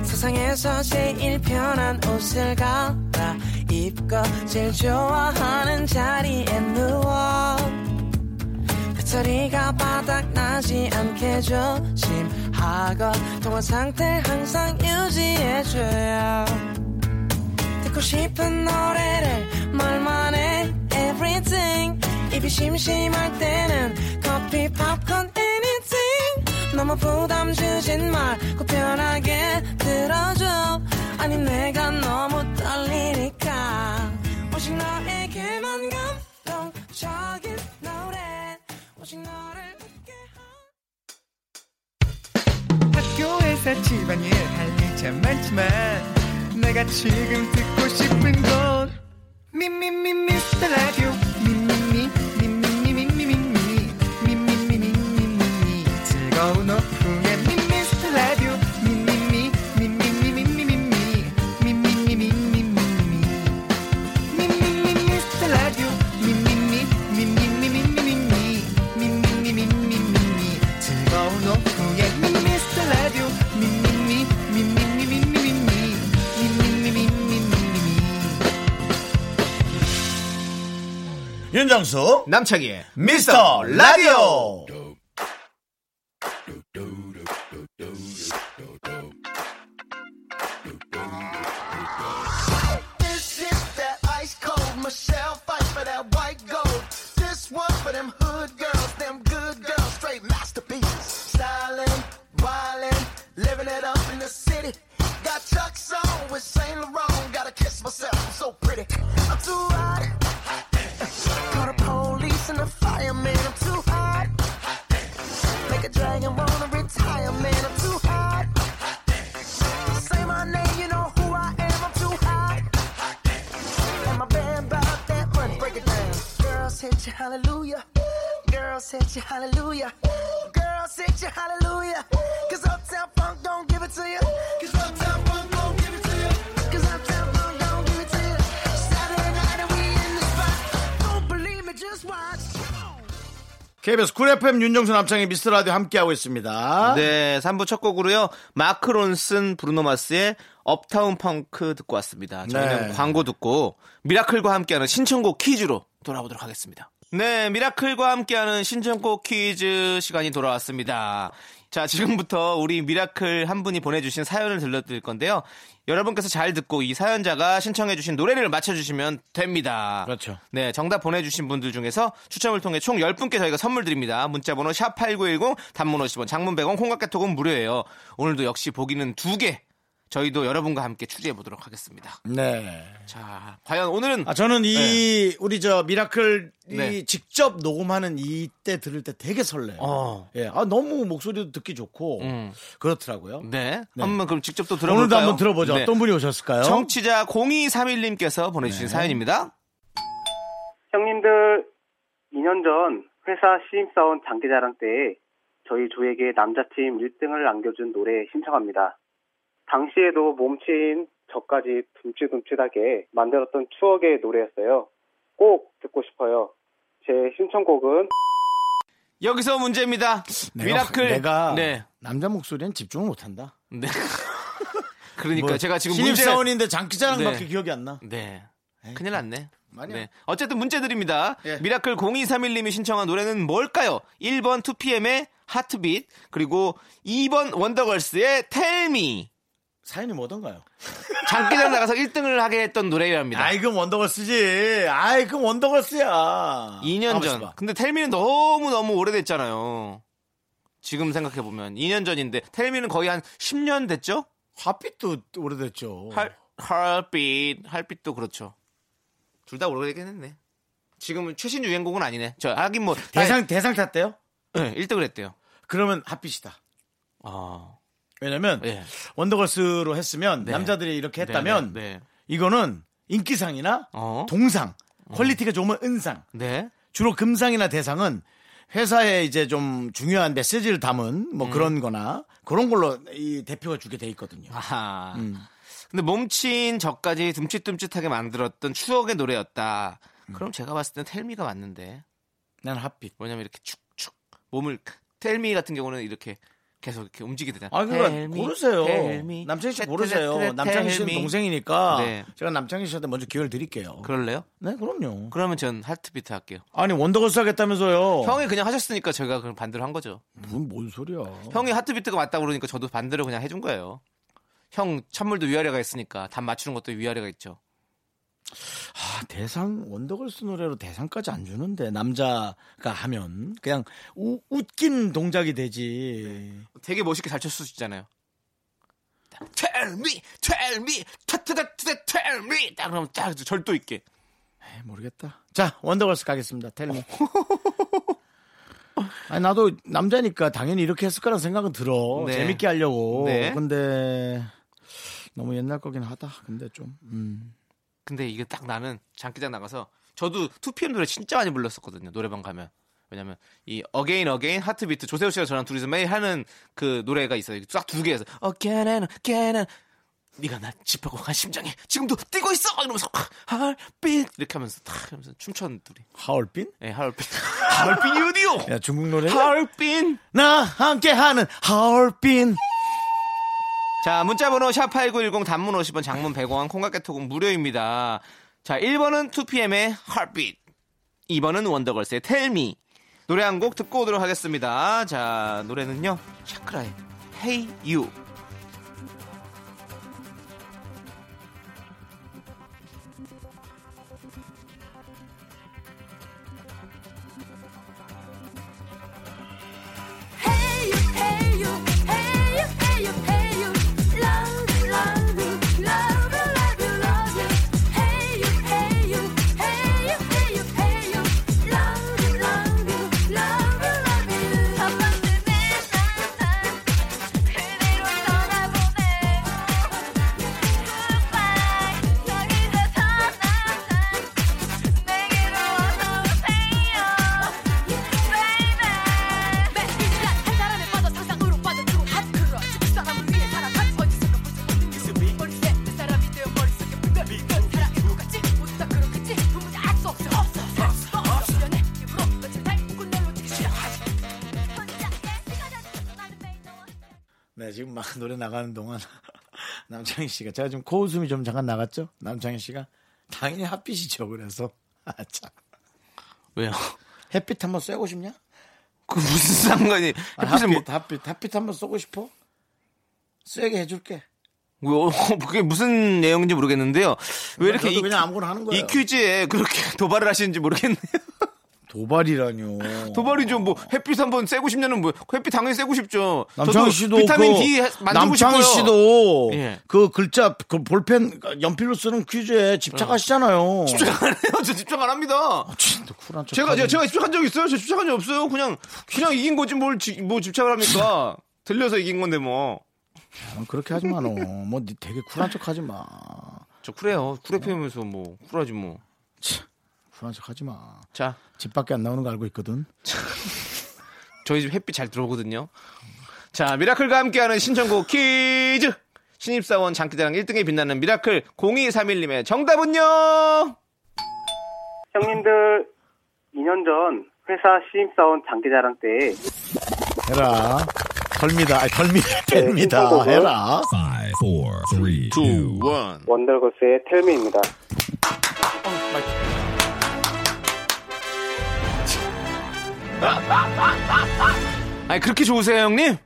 S7: 세상에서 제일 편한 옷을 갈아입고 제일 좋아하는 자리에 누워 배터리가 바닥나지 않게 조심하고 동화 상태 항상 유지해줘요 듣고 싶은 노래를 말만 해 everything 입이 심심할 때는 커피 팝콘 anything 너무 부담 주진 말고 편하게 들어줘 아니 내가 너무 떨리니까 오직 너에게만 감동적인 노래 오직 너를 웃게 하
S5: 학교에서 집안일 할 일 참 많지만 내가 지금 듣고 싶은 건 미미미 미스터 라디오 미미미 미미미 미미미 미미미 미미미 즐거운 오후에 미스터 라디오 미미미 미미미 미미미 미미미 미미미
S3: 윤정수
S4: 남창희의
S3: 미스터 라디오.
S9: This is that ice cold
S10: on with Saint Laurent. Gotta kiss myself, I'm so pretty. I'm too hot. Call the police and the fireman. I'm too hot. Make a dragon wanna retire, man. I'm too hot. Say my name, you know who I am. I'm too hot. And my band bought that money. Break it down. Girls hit you, hallelujah. Girls hit you, hallelujah. Girls hit you, hallelujah. Cause Uptown Funk don't give it to you. Cause Uptown Funk don't give it to you. Cause Uptown Funk don't give it to you. Saturday night and we in the spot. Don't believe me, just watch.
S3: KBS 쿨 FM 윤정수 남창희 미스터 라디오 함께하고 있습니다.
S4: 네, 3부 첫 곡으로요. 마크 론슨 브루노마스의 업타운 펑크 듣고 왔습니다. 저희는
S3: 네.
S4: 광고 듣고 미라클과 함께하는 신청곡 퀴즈로 돌아오도록 하겠습니다. 네, 미라클과 함께하는 신청곡 퀴즈 시간이 돌아왔습니다. 자, 지금부터 우리 미라클 한 분이 보내주신 사연을 들려드릴 건데요. 여러분께서 잘 듣고 이 사연자가 신청해주신 노래를 맞춰주시면 됩니다.
S3: 그렇죠.
S4: 네, 정답 보내주신 분들 중에서 추첨을 통해 총 10분께 저희가 선물 드립니다. 문자번호 샵8910, 단문 50원, 장문 100원, 콩깍개톡은 무료예요. 오늘도 역시 보기는 두 개. 저희도 여러분과 함께 추리해 보도록 하겠습니다.
S3: 네.
S4: 자, 과연 오늘은
S3: 아 저는 이 우리 저 미라클이
S4: 네.
S3: 직접 녹음하는 이때 들을 때 되게 설레요.
S4: 어.
S3: 예, 아 너무 목소리도 듣기 좋고 그렇더라고요.
S4: 음, 네,
S3: 네.
S4: 한번 그럼 직접 또 들어볼까요?
S3: 오늘도 한번 들어보죠.
S4: 네.
S3: 어떤 네. 분이 오셨을까요?
S4: 정치자 0231님께서 보내주신 사연입니다.
S11: 형님들, 2년 전 회사 신입사원 장기자랑 때 저희 조에게 남자팀 1등을 안겨준 노래 신청합니다. 당시에도 몸치인 저까지 둠칫둠칫하게 만들었던 추억의 노래였어요. 꼭 듣고 싶어요. 제 신청곡은
S4: 여기서 문제입니다.
S3: 내가,
S4: 미라클.
S3: 내가
S4: 네.
S3: 남자 목소리는 집중을 못한다.
S4: 네. 그러니까
S3: 뭐
S4: 제가 지금 문제
S3: 신입사원인데 장기자랑밖에
S4: 네.
S3: 기억이 안 나.
S4: 네. 큰일 났네.
S3: 아니요.
S4: 네. 어쨌든 문제 드립니다.
S3: 예.
S4: 미라클 0231님이 신청한 노래는 뭘까요? 1번 2PM의 하트빛, 그리고 2번 원더걸스의 텔미.
S3: 사연이 뭐던가요?
S4: 장기장 나가서 1등을 하게 했던 노래랍니다.
S3: 아이 그럼 원더걸스지. 아이 그럼 원더걸스야.
S4: 2년
S3: 가만있어
S4: 전.
S3: 봐. 그
S4: 근데 텔미는 너무너무 오래됐잖아요. 지금 생각해보면. 2년 전인데, 텔미는 거의 한 10년 됐죠?
S3: 화빛도 오래됐죠.
S4: 할, 할빛, 할빛도 그렇죠. 둘 다 오래되긴 했네. 지금은 최신 유행곡은 아니네. 저, 하긴 뭐.
S3: 대상 대상 탔대요?
S4: 1등을 예, 했대요.
S3: 그러면 핫빛이다.
S4: 아.
S3: 왜냐면
S4: 예.
S3: 원더걸스로 했으면
S4: 네.
S3: 남자들이 이렇게 했다면
S4: 네, 네, 네.
S3: 이거는 인기상이나
S4: 어?
S3: 동상 퀄리티가 좋으면 은상
S4: 네.
S3: 주로 금상이나 대상은 회사에 이제 좀 중요한 메시지를 담은
S4: 음.
S3: 뭐 그런거나 그런 걸로 이 대표가 주게 돼 있거든요.
S4: 아하.
S3: 음.
S4: 근데 몸친 저까지 듬칫듬칫하게 만들었던 추억의 노래였다.
S3: 음.
S4: 그럼 제가 봤을 땐 텔미가 맞는데.
S3: 난 핫빛.
S4: 뭐냐면 이렇게 축축 몸을 텔미 같은 경우는 이렇게 계속 이렇게 움직이게 되잖아요.
S3: 아, 그러니까
S4: Tell me,
S3: 고르세요.
S4: tell me.
S3: 남창희 씨
S4: Tell
S3: 고르세요.
S4: me,
S3: 남창희 씨는
S4: tell me.
S3: 동생이니까
S4: 네.
S3: 제가 남창희 씨한테 먼저 기회를 드릴게요.
S4: 그럴래요?
S3: 네, 그럼요.
S4: 그러면 전 하트비트 할게요.
S3: 아니 원더걸스 하겠다면서요.
S4: 형이 그냥 하셨으니까 제가 그럼 반대로 한 거죠.
S3: 뭔, 뭔 소리야?
S4: 어. 형이 하트비트가 맞다고 그러니까 저도 반대로 그냥 해준 거예요. 형 찬물도 위아래가 있으니까 답 맞추는 것도 위아래가 있죠.
S3: 아, 대상 원더걸스 노래로 대상까지 안 주는데 남자가 하면 그냥 우- 웃긴 동작이 되지.
S4: 되게 멋있게 잘 쳤을 수 있잖아요. Tell me, tell me, 타타타타 tell me. 딱 그러면 딱 절도 있게.
S3: 에이, 모르겠다. 자, 원더걸스 가겠습니다. 텔미. 아니 나도 남자니까 당연히 이렇게 했을 거란 생각은 들어.
S4: 네.
S3: 재밌게 하려고.
S4: 네.
S3: 근데 너무 옛날 거긴 하다. 근데 좀 음.
S4: 근데 이게 딱 나는 장기장 나가서 저도 2PM 노래 진짜 많이 불렀었거든요. 노래방 가면. 왜냐면 이 어게인 어게인 하트비트 조세호 씨랑 저랑 둘이서 매일 하는 그 노래가 있어요. 딱 두 개에서 어게인 어게인 네가 나 짚어고 간 심장에 지금도 뛰고 있어 이러면서 하얼빛 이렇게 하면서 탁 하면서 춤췄는 둘이.
S3: 하얼빈?
S4: 예, 하얼빛. 하얼빛이 어디요?
S3: 야, 중국 노래?
S4: 하얼빛.
S3: 나 함께 하는 하얼빈.
S4: 자, 문자번호 샵8910 단문 50원, 장문 100원, 콩깍개톡은 무료입니다. 자, 1번은 2PM의 Heartbeat. 2번은 원더걸스의 Tell Me. 노래 한 곡 듣고 오도록 하겠습니다. 자, 노래는요. 샤크라의 Hey You.
S6: Hey you, hey you, hey you, hey you, hey you, love, love me, love 그그
S3: 네, 지금 막 노래 나가는 동안 남창희 씨가 제가 지금 코웃음이 좀 잠깐 나갔죠? 남창희 씨가 당연히 핫빛이죠. 그래서 아 참.
S4: 왜요?
S3: 햇빛 한번 쐬고 싶냐?
S4: 그 무슨 상관이?
S3: 아, 햇빛, 뭐... 햇빛, 햇빛 한번 쏘고 싶어? 쐬게 해줄게.
S4: 뭐, 그게 무슨 내용인지 모르겠는데요. 왜 이렇게
S3: 저도
S4: 이,
S3: 그냥 아무거나 하는 거예요. 어.
S4: 이 퀴즈에 그렇게 도발을 하시는지 모르겠네요.
S3: 도발이라뇨.
S4: 도발이죠. 뭐 햇빛 한번 쐬고 싶냐는 뭐 햇빛 당연히 쐬고 싶죠.
S3: 남창희
S4: 저도
S3: 씨도
S4: 비타민
S3: 그,
S4: D 해- 만들고 싶어요.
S3: 남창희 씨도
S4: 예.
S3: 그 글자 그 볼펜 연필로 쓰는 퀴즈에 집착하시잖아요.
S4: 어. 집착 안 해요. 저 집착 안 합니다.
S3: 쿨한 척
S4: 제가
S3: 하네.
S4: 제가 제가 집착한 적 있어요? 저 집착한 적 없어요. 그냥 그냥 이긴 거지 뭘 지- 뭐 집착을 합니까? 들려서 이긴 건데 뭐.
S3: 아, 그렇게 하지 마, 너. 뭐, 니 되게 쿨한 척 하지 마.
S4: 저 쿨해요. 쿨해 표현하면서 뭐 쿨하지 뭐.
S3: 쿨한 척 하지 마.
S4: 자,
S3: 집 밖에 안 나오는 거 알고 있거든.
S4: 저희 집 햇빛 잘 들어오거든요. 자, 미라클과 함께하는 신청곡 퀴즈. 신입사원 장기자랑 1등에 빛나는 미라클 0231님의 정답은요?
S7: 형님들 2년 전 회사 신입사원 장기자랑 때
S3: 해라. 덜미다. 아니, 덜미, 덜미다. 해라.
S12: 3, 2, 1.
S7: 원더걸스의 텔미입니다.
S4: 아니 그렇게 좋으세요, 형님?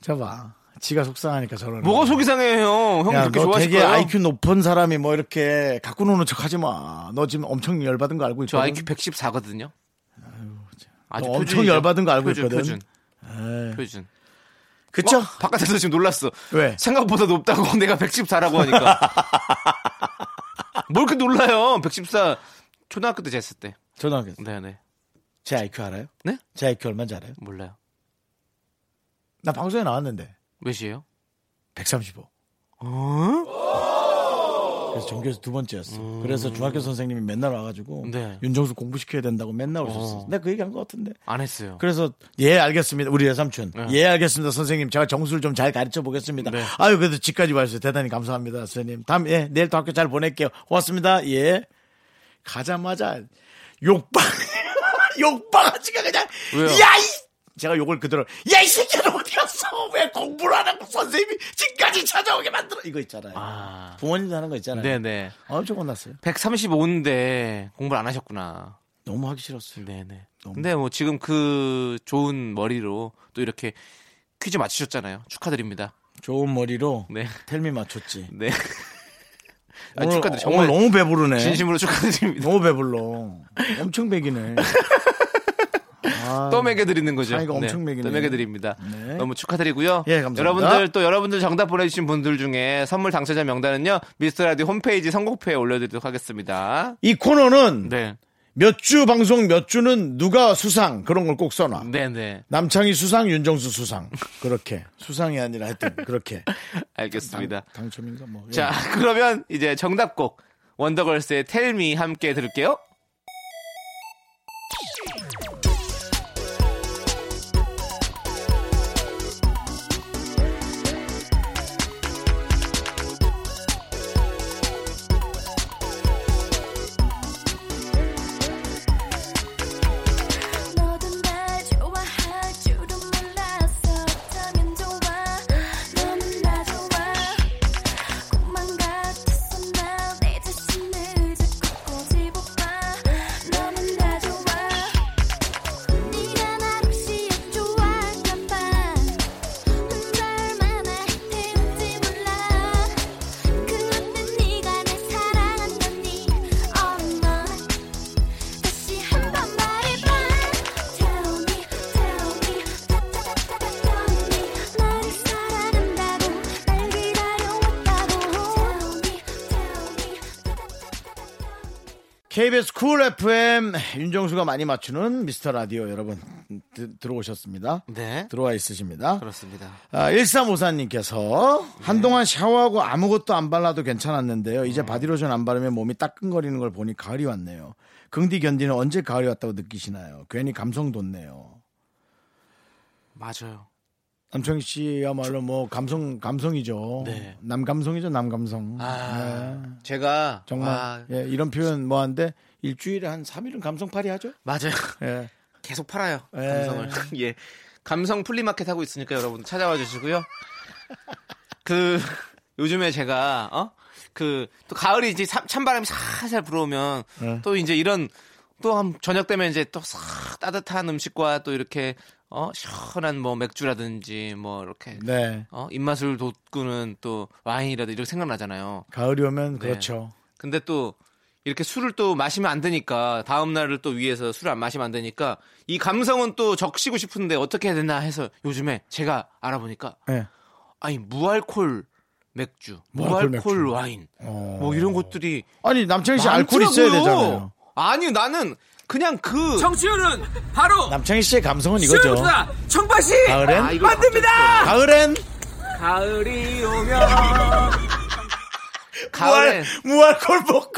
S3: 저봐. 지가 속상하니까 저러네.
S4: 뭐가 속이 상해요, 형? 형
S3: 야,
S4: 그렇게
S3: 너
S4: 좋아하실
S3: 되게
S4: 거예요?
S3: IQ 높은 사람이 뭐 이렇게 갖고 노는 척 하지 마. 너 지금 엄청 열받은 거 알고
S4: 저
S3: 있거든.
S4: IQ 114거든요. 아주
S3: 너 엄청
S4: 표준이죠.
S3: 열받은 거 알고
S4: 표준,
S3: 있거든.
S4: 표준,
S3: 에이.
S4: 표준.
S3: 그쵸?
S4: 어? 바깥에서 지금 놀랐어.
S3: 왜?
S4: 생각보다 높다고 내가 114라고 하니까. 뭘 그렇게 놀라요? 114 초등학교 때 쟀을 때.
S3: 전화하겠어.
S4: 네네.
S3: 제 IQ 알아요?
S4: 네?
S3: 제 IQ 얼마인지 알아요?
S4: 몰라요.
S3: 나 방송에 나왔는데.
S4: 몇이에요?
S3: 135.
S4: 어?
S3: 그래서 전교에서 두 번째였어. 그래서 중학교 선생님이 맨날 와가지고
S4: 음. 네.
S3: 윤정수 공부시켜야 된다고 맨날 오셨어.
S4: 어.
S3: 내가 그 얘기 한 것 같은데.
S4: 안 했어요.
S3: 그래서 예 알겠습니다. 우리 여삼촌.
S4: 네.
S3: 예 알겠습니다. 선생님 제가 정수를 좀 잘 가르쳐 보겠습니다.
S4: 네.
S3: 아유 그래도 집까지 와주셔서 대단히 감사합니다. 선생님. 다음 예 내일 도 학교 잘 보낼게요. 고맙습니다. 예. 가자마자 욕박 욕박아지가 그냥
S4: 왜요?
S3: 야이 제가 욕을 그대로 야 이 새끼는 어디 갔어 왜 공부를 안 하고 선생님이 집까지 찾아오게 만들어 이거 있잖아요
S4: 아.
S3: 부모님도 하는 거 있잖아요
S4: 네네.
S3: 엄청 혼났어요
S4: 135인데 공부를 안 하셨구나.
S3: 너무 하기 싫었어요
S4: 네네.
S3: 너무-
S4: 근데 뭐 지금 그 좋은 머리로 또 이렇게 퀴즈 맞히셨잖아요. 축하드립니다.
S3: 좋은 머리로
S4: 네.
S3: 텔미 맞췄지
S4: 네. 아,
S3: 오늘,
S4: 축하드립니다.
S3: 오늘
S4: 정말
S3: 너무 배부르네
S4: 진심으로 축하드립니다.
S3: 너무 배불러 엄청 배기네
S4: 또 매겨드리는 거죠.
S3: 아, 차이가 엄청 매기네요.
S4: 또 매겨드립니다.
S3: 네.
S4: 너무 축하드리고요.
S3: 예, 감사합니다.
S4: 여러분들 또 여러분들 정답 보내주신 분들 중에 선물 당첨자 명단은요. 미스터라디오 홈페이지 선곡표에 올려드리도록 하겠습니다.
S3: 이 코너는
S4: 네.
S3: 몇 주 방송 몇 주는 누가 수상 그런 걸 꼭 써놔
S4: 네네.
S3: 남창희 수상, 윤정수 수상. 그렇게. 수상이 아니라 하여튼 그렇게.
S4: 알겠습니다.
S3: 당, 당첨인가 뭐. 예.
S4: 자, 그러면 이제 정답곡 원더걸스의 텔미 함께 들을게요.
S6: 너도 날 좋아할 줄은 몰랐어 어쩌면 좋아 너는 나 좋아 꿈만 같았어 나 내 자신을 자꾸 꼬집어봐 너는 나 좋아 네가 나를 시험 좋아할까봐 혼자 얼마나 힘든지 몰라 그런데 네가 날 사랑한다니 Oh no 다시 한 번 말해봐 Tell me, tell me, 다다다다다 tell me 너를 사랑한다고 날 기다려왔다고 Tell me, tell me, 다다다다다 tell me
S3: KBS 쿨 FM 윤정수가 많이 맞추는 미스터 라디오 여러분 드- 들어오셨습니다.
S4: 네.
S3: 들어와 있으십니다.
S4: 그렇습니다.
S3: 아, 1354님께서 한동안 샤워하고 아무것도 안 발라도 괜찮았는데요. 이제 바디로션 안 바르면 몸이 따끈거리는 걸 보니 가을이 왔네요. 긍디 견디는 언제 가을이 왔다고 느끼시나요? 괜히 감성 돋네요.
S4: 맞아요.
S3: 남청희 씨야말로 뭐 감성 감성이죠.
S4: 네.
S3: 남감성이죠, 남감성.
S4: 아, 그렇죠.
S3: 네.
S4: 제가 아,
S3: 정말
S4: 와,
S3: 예, 이런 표현 뭐한데 일주일에 한 3일은 감성팔이 하죠.
S4: 맞아요.
S3: 예.
S4: 계속 팔아요.
S3: 예.
S4: 감성을. 예. 감성 플리마켓 하고 있으니까 여러분 찾아와 주시고요. 그 요즘에 제가 어그 또 가을이 이제 참- 찬바람이 살살 불어오면
S3: 네.
S4: 또 이제 이런 또 한 저녁 되면 이제 또 싹 따뜻한 음식과 또 이렇게 어 시원한 뭐 맥주라든지 뭐 이렇게
S3: 네.
S4: 어 입맛을 돋구는 또 와인이라도 이렇게 생각나잖아요.
S3: 가을이 오면
S4: 네.
S3: 그렇죠.
S4: 근데 또 이렇게 술을 또 마시면 안 되니까 다음 날을 또 위해서 술을 안 마시면 안 되니까 이 감성은 또 적시고 싶은데 어떻게 해야 되나 해서 요즘에 제가 알아보니까
S3: 네.
S4: 아니 무알콜 맥주,
S3: 무알콜
S4: 무알콜,
S3: 맥주.
S4: 와인 뭐 이런 것들이
S3: 아니 남창희 씨 알코올 있어야
S4: 많더라고요.
S3: 되잖아요.
S4: 아니 나는 그냥 그 정치율은 바로
S3: 남창희 씨의 감성은 이거죠.
S4: 청바시
S3: 가을엔?
S4: 아, 만듭니다.
S3: 가을엔
S4: 가을이 오면 가을엔
S3: 무알콜 먹고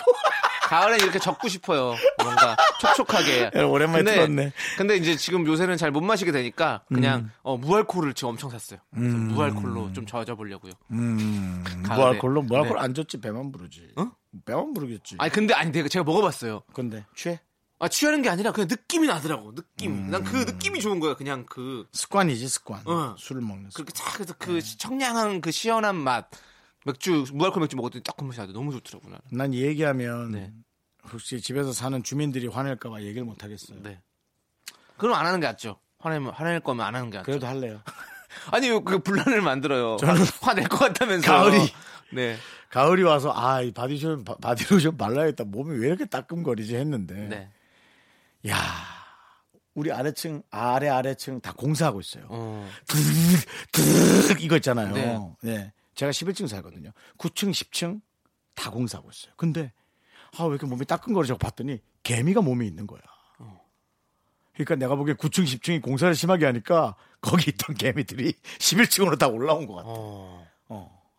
S4: 가을엔 이렇게 적고 싶어요. 뭔가 촉촉하게.
S3: 야, 예, 오랜만에
S4: 근데,
S3: 들었네.
S4: 근데 이제 지금 요새는 잘 못 마시게 되니까 그냥
S3: 음.
S4: 어, 무알콜을 지금 엄청 샀어요. 그래서
S3: 음.
S4: 무알콜로 좀 젖어 보려고요.
S3: 음,
S4: 가을에.
S3: 무알콜로 무알콜
S4: 네. 어?
S3: 안 좋지 배만 부르지. 배만 부르겠지.
S4: 아니 근데 아니 내가 제가 먹어봤어요.
S3: 근데 취해?
S4: 아 취하는 게 아니라 그냥 느낌이 나더라고.
S3: 음.
S4: 느낌. 난 그 느낌이 좋은 거야. 그냥 그
S3: 습관이지 습관.
S4: 어.
S3: 술을 먹는 습관.
S4: 그렇게 딱 그래서 그
S3: 네.
S4: 청량한 그 시원한 맛 맥주 무알콜 맥주 먹었더니 딱 그맛이 나도 너무 좋더라고 나는.
S3: 난 이 얘기하면
S4: 네.
S3: 혹시 집에서 사는 주민들이 화낼까봐 얘기를 못 하겠어요.
S4: 네. 그럼 안 하는 게 낫죠. 화내면 화낼 거면 안 하는 게 낫죠.
S3: 그래도 할래요.
S4: 아니 그 분란을 만들어요.
S3: 저는
S4: 화낼 것 같다면서.
S3: 가을이.
S4: 네.
S3: 가을이 와서 아이 바디션 바- 바디로션 발라야겠다. 몸이 왜 이렇게 따끔거리지 했는데.
S4: 네.
S3: 야 우리 아래층 아래 아래층 다 공사하고 있어요. 드르륵 이거 있잖아요. 네. 제가 11층 살거든요. 9층, 10층 다 공사하고 있어요. 근데 아, 왜 이렇게 몸이 따끔거리죠? 봤더니 개미가 몸에 있는 거야. 그러니까 내가 보기엔 9층, 10층이 공사를 심하게 하니까 거기 있던 개미들이 11층으로 다 올라온 것 같아.
S4: 어.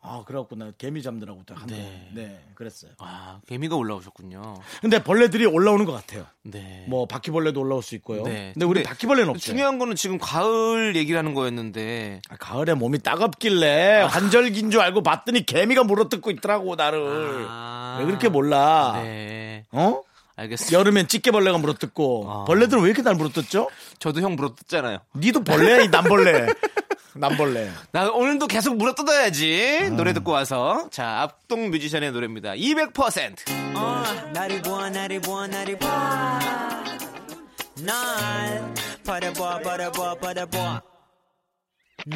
S3: 아, 그래갖고 나 개미 잡느라고 딱 한 번. 네, 그랬어요.
S4: 아 개미가 올라오셨군요.
S3: 근데 벌레들이 올라오는 것 같아요.
S4: 네.
S3: 뭐 바퀴벌레도 올라올 수 있고요.
S4: 네.
S3: 근데 우리
S4: 근데
S3: 바퀴벌레는 없죠.
S4: 중요한 거는 지금 가을 얘기라는 거였는데.
S3: 아, 가을에 몸이 따갑길래 관절기인 줄 알고 봤더니 개미가 물어뜯고 있더라고 나를 왜 그렇게 몰라
S4: 네.
S3: 어
S4: 알겠습니다.
S3: 여름엔 찌개벌레가 물어뜯고 벌레들은 왜 이렇게 날 물어뜯죠
S4: 저도 형 물어뜯잖아요.
S3: 니도 벌레야 이 남벌레 남벌레
S4: 나 오늘도 계속 물어뜯어야지. 노래 듣고 와서. 자, 악동 뮤지션의 노래입니다. 200%.
S13: 어, 나를 보아 나를 보아 나를 보아 날 바라보아 바라보아 바라보아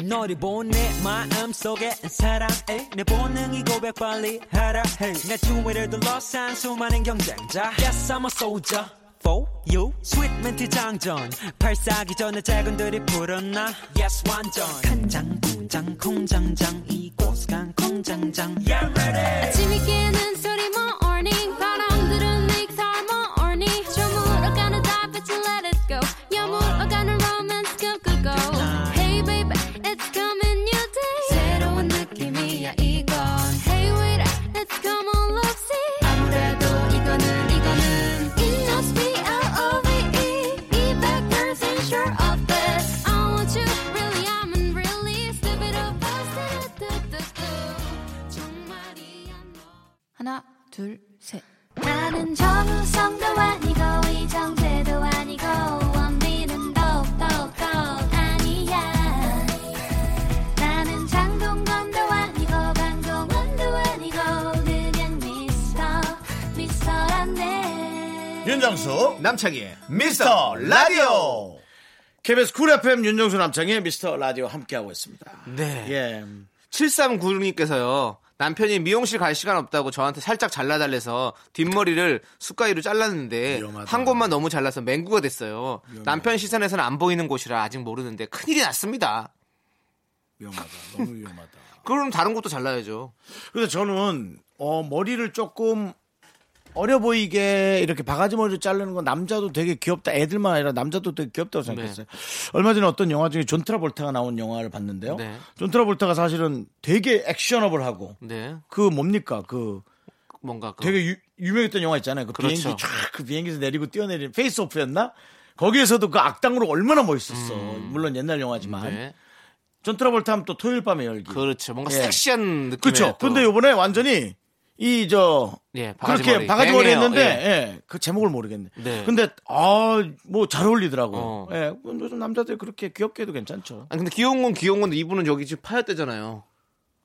S13: 너를 본내 마음 속에 사랑해 내 본능이 고백 빨리 하라 해내 주위를 둘러싼 수많은 경쟁자 Yes I'm a soldier for you 스윗 멘트 장전 발사기 전에 재근들이 불었나 Yes 완전 간장 콩장 콩장장 이곳 간 콩장장 Yeah ready
S6: 아침이 깨는 소리 뭐 morning 바람들은 make time more horny 저물어가는 다 빛을 let it go 여물어가는 romance 꿈꾸고 Hey baby it's coming new day 새로운 느낌이야 이건 Hey wait it's come on love see 아무래도 이거는 이거는 E It must be L-O-V-E Be back girls and sure of this I want you really I'm in really Step it up I said 정말이야
S14: 하나, 둘, 셋.
S6: 나는 정우성도 아니고 이정재도 아니고 원빈은 더욱더 아니야 나는 장동건도 아니고 강동원도 아니고 그냥 미스터 미스터란데
S3: 윤정수 남창희 미스터 라디오 KBS 쿨 FM 윤정수 남창희 미스터 라디오 함께하고 있습니다
S4: 네.
S3: 예.
S4: 7396님께서요. 남편이 미용실 갈 시간 없다고 저한테 살짝 잘라달래서 뒷머리를 숟가위로 잘랐는데 한 곳만 너무 잘라서 맹구가 됐어요. 남편 시선에서는 안 보이는 곳이라 아직 모르는데 큰일이 났습니다.
S3: 위험하다. 너무 위험하다.
S4: 그럼 다른 곳도 잘라야죠.
S3: 그래서 저는 어, 머리를 조금 어려 보이게 이렇게 바가지 머리를 자르는 건 남자도 되게 귀엽다. 애들만 아니라 남자도 되게
S4: 네.
S3: 귀엽다고 생각했어요. 얼마 전에 어떤 영화 중에 존 트라볼타가 나온 영화를 봤는데요.
S4: 네.
S3: 존 트라볼타가 사실은 되게 액션업을하고
S4: 네.
S3: 그 뭡니까 그
S4: 뭔가 그
S3: 되게 유, 명했던 영화 있잖아요. 그
S4: 그렇죠.
S3: 비행기 쫙그 비행기에서 내리고 뛰어내리는 페이스오프였나? 거기에서도 그 악당으로 얼마나 멋있었어.
S4: 음.
S3: 물론 옛날 영화지만. 존 트라볼타 하면 또 토요일 밤에 열기.
S4: 네, 그렇죠. 뭔가
S3: 예.
S4: 섹시한 느낌의
S3: 그렇죠.
S4: 또-
S3: 근데 요번에 완전히 이 저
S4: 예, 바가지
S3: 그렇게
S4: 머리.
S3: 바가지 머리
S4: 뱅해요.
S3: 했는데
S4: 예.
S3: 예, 그 제목을 모르겠네.
S4: 네.
S3: 근데 아 뭐 잘 어울리더라고. 요
S4: 어.
S3: 예, 요즘 남자들 그렇게 귀엽게 해도 괜찮죠.
S4: 아니, 근데 귀여운 건 귀여운 건데 이분은 여기 지금 파였대잖아요.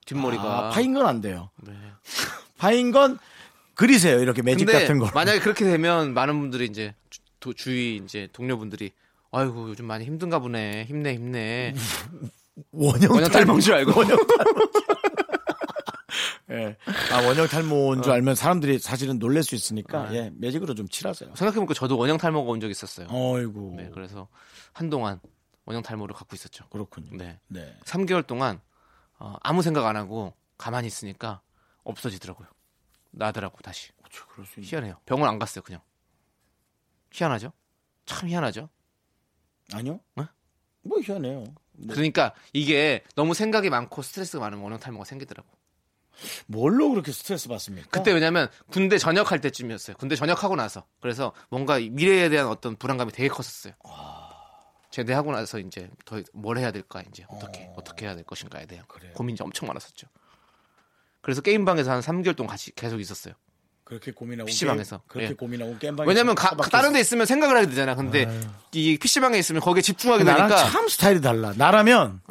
S4: 뒷머리가.
S3: 아, 파인 건 안 돼요. 파인 건 그리세요. 이렇게 매직
S4: 근데
S3: 같은 걸.
S4: 만약에 그렇게 되면 많은 분들이 이제 주, 도- 주위 이제 동료분들이 아이고 요즘 많이 힘든가 보네 힘내 힘내
S3: 원형
S4: 원형 닮은 줄 알고.
S3: 원형 닮은 줄. 예. 아, 원형 탈모인
S4: 어.
S3: 줄 알면 사람들이 사실은 놀랄 수 있으니까
S4: 네.
S3: 예, 매직으로 좀 칠하세요.
S4: 생각해보니까 저도 원형 탈모가 온 적이 있었어요.
S3: 어이구.
S4: 네, 그래서 한동안 원형 탈모를 갖고 있었죠.
S3: 그렇군요.
S4: 네.
S3: 네.
S4: 3개월 동안 어, 아무 생각 안 하고 가만히 있으니까 없어지더라고요. 나더라고 다시. 희한해요. 병원 안 갔어요, 그냥. 희한하죠? 참 희한하죠?
S3: 아니요.
S4: 네?
S3: 뭐 희한해요. 뭐.
S4: 그러니까 이게 너무 생각이 많고 스트레스가 많으면 원형 탈모가 생기더라고.
S3: 뭘로 그렇게 스트레스 받습니까?
S4: 그때 왜냐면 군대 전역할 때쯤이었어요. 군대 전역하고 나서 그래서 뭔가 이 미래에 대한 어떤 불안감이 되게 컸었어요. 제대하고 나서 이제 더 뭘 해야 될까 이제 어떻게 어떻게 해야 될 것인가에 대한 고민이 엄청 많았었죠. 그래서 게임 방에서 한 3개월 동안 같이 계속 있었어요.
S3: 그렇게 고민하고
S4: PC 방에서.
S3: 게임- 그렇게
S4: 예.
S3: 고민하고 겜방에
S4: 왜냐면 가- 다른 데 있으면 생각을 하게 되잖아. 근데 이 PC 방에 있으면 거기에 집중하게
S3: 나랑
S4: 되니까 어.
S3: 참 스타일이 달라. 나라면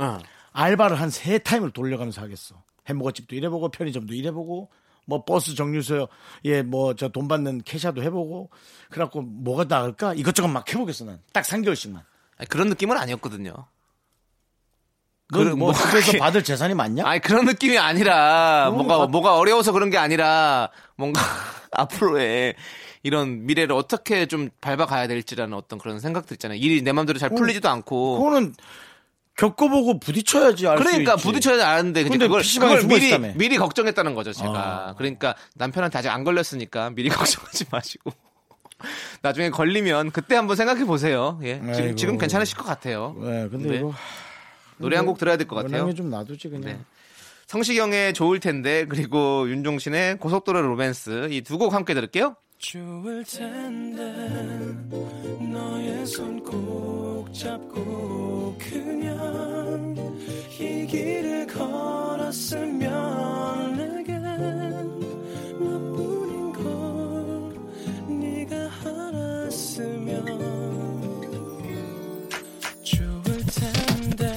S3: 알바를 한 세 타임을 돌려가면서 하겠어. 햄버거집도 일해보고 편의점도 일해보고 뭐 버스 정류소에 뭐 저 돈 받는 캐샤도 해보고 그래갖고 뭐가 나을까 이것저것 막 해보겠어 난 딱 3개월씩만.
S4: 아니, 그런 느낌은 아니었거든요.
S3: 그뭐
S4: 그런- 뭐
S3: 그래서
S4: 그렇게-
S3: 받을 재산이 많냐?
S4: 아니 그런 느낌이 아니라
S3: 그런
S4: 뭔가
S3: 것 같-
S4: 뭐가 어려워서 그런 게 아니라 뭔가 앞으로의 이런 미래를 어떻게 좀 밟아가야 될지라는 어떤 그런 생각들 있잖아요. 일이 내 마음대로 잘 풀리지도 않고.
S3: 그거는 겪어보고 부딪혀야지 알수
S4: 그러니까
S3: 있지.
S4: 부딪혀야 아는데
S3: 근데
S4: 근데 그걸,
S3: PC방 에
S4: 그걸
S3: 숨어
S4: 미리
S3: 있다며. 아.
S4: 미리 걱정했다는 거죠 제가. 그러니까 남편한테 아직 안 걸렸으니까 미리 걱정하지 마시고 나중에 걸리면 그때 한번 생각해 보세요. 예,
S3: 아이고.
S4: 지금 지금 괜찮으실 것 같아요.
S3: 네, 근데
S4: 네.
S3: 이거 하,
S4: 노래 한 곡 들어야 될 것 같아요.
S3: 원하면 좀 놔두지 그냥.
S4: 네. 성시경의 좋을 텐데 그리고 윤종신의 고속도로 로맨스 이 두 곡 함께 들을게요.
S7: 좋을 텐데 너의 손 꼭 잡고 그냥 이 길을 걸었으면 내겐 너뿐인 걸 네가 알았으면 좋을 텐데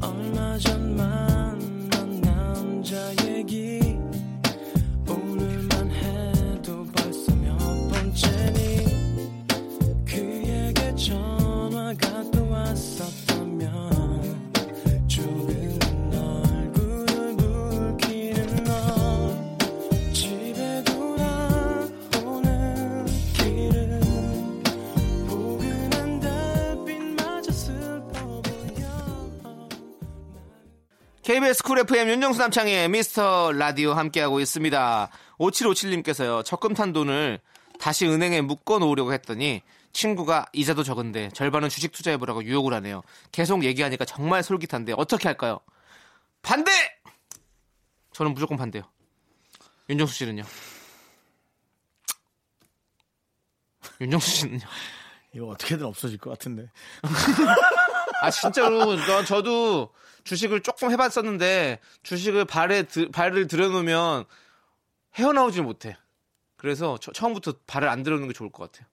S7: 얼마 전 만난 남자 얘기 오늘만 해도 벌써 몇 번째니 그에게 전화가 또 왔었다면 조금은 얼굴을 붉히는 너 집에 돌아오는 길을 포근한 달빛마저 슬퍼
S4: KBS 쿨 FM 윤정수 남창의 미스터 라디오 함께하고 있습니다. 5757님께서요. 적금 탄 돈을 다시 은행에 묶어 놓으려고 했더니 친구가 이자도 적은데 절반은 주식 투자해보라고 유혹을 하네요. 계속 얘기하니까 정말 솔깃한데 어떻게 할까요? 반대! 저는 무조건 반대요. 윤정수 씨는요? 윤정수 씨는요?
S3: 이거 어떻게든 없어질 것 같은데.
S4: 아 진짜로 저- 저도 주식을 조금 해봤었는데 주식을 발에 드- 발을 들여놓으면 헤어나오질 못해. 그래서 처- 처음부터 발을 안 들여놓는 게 좋을 것 같아요.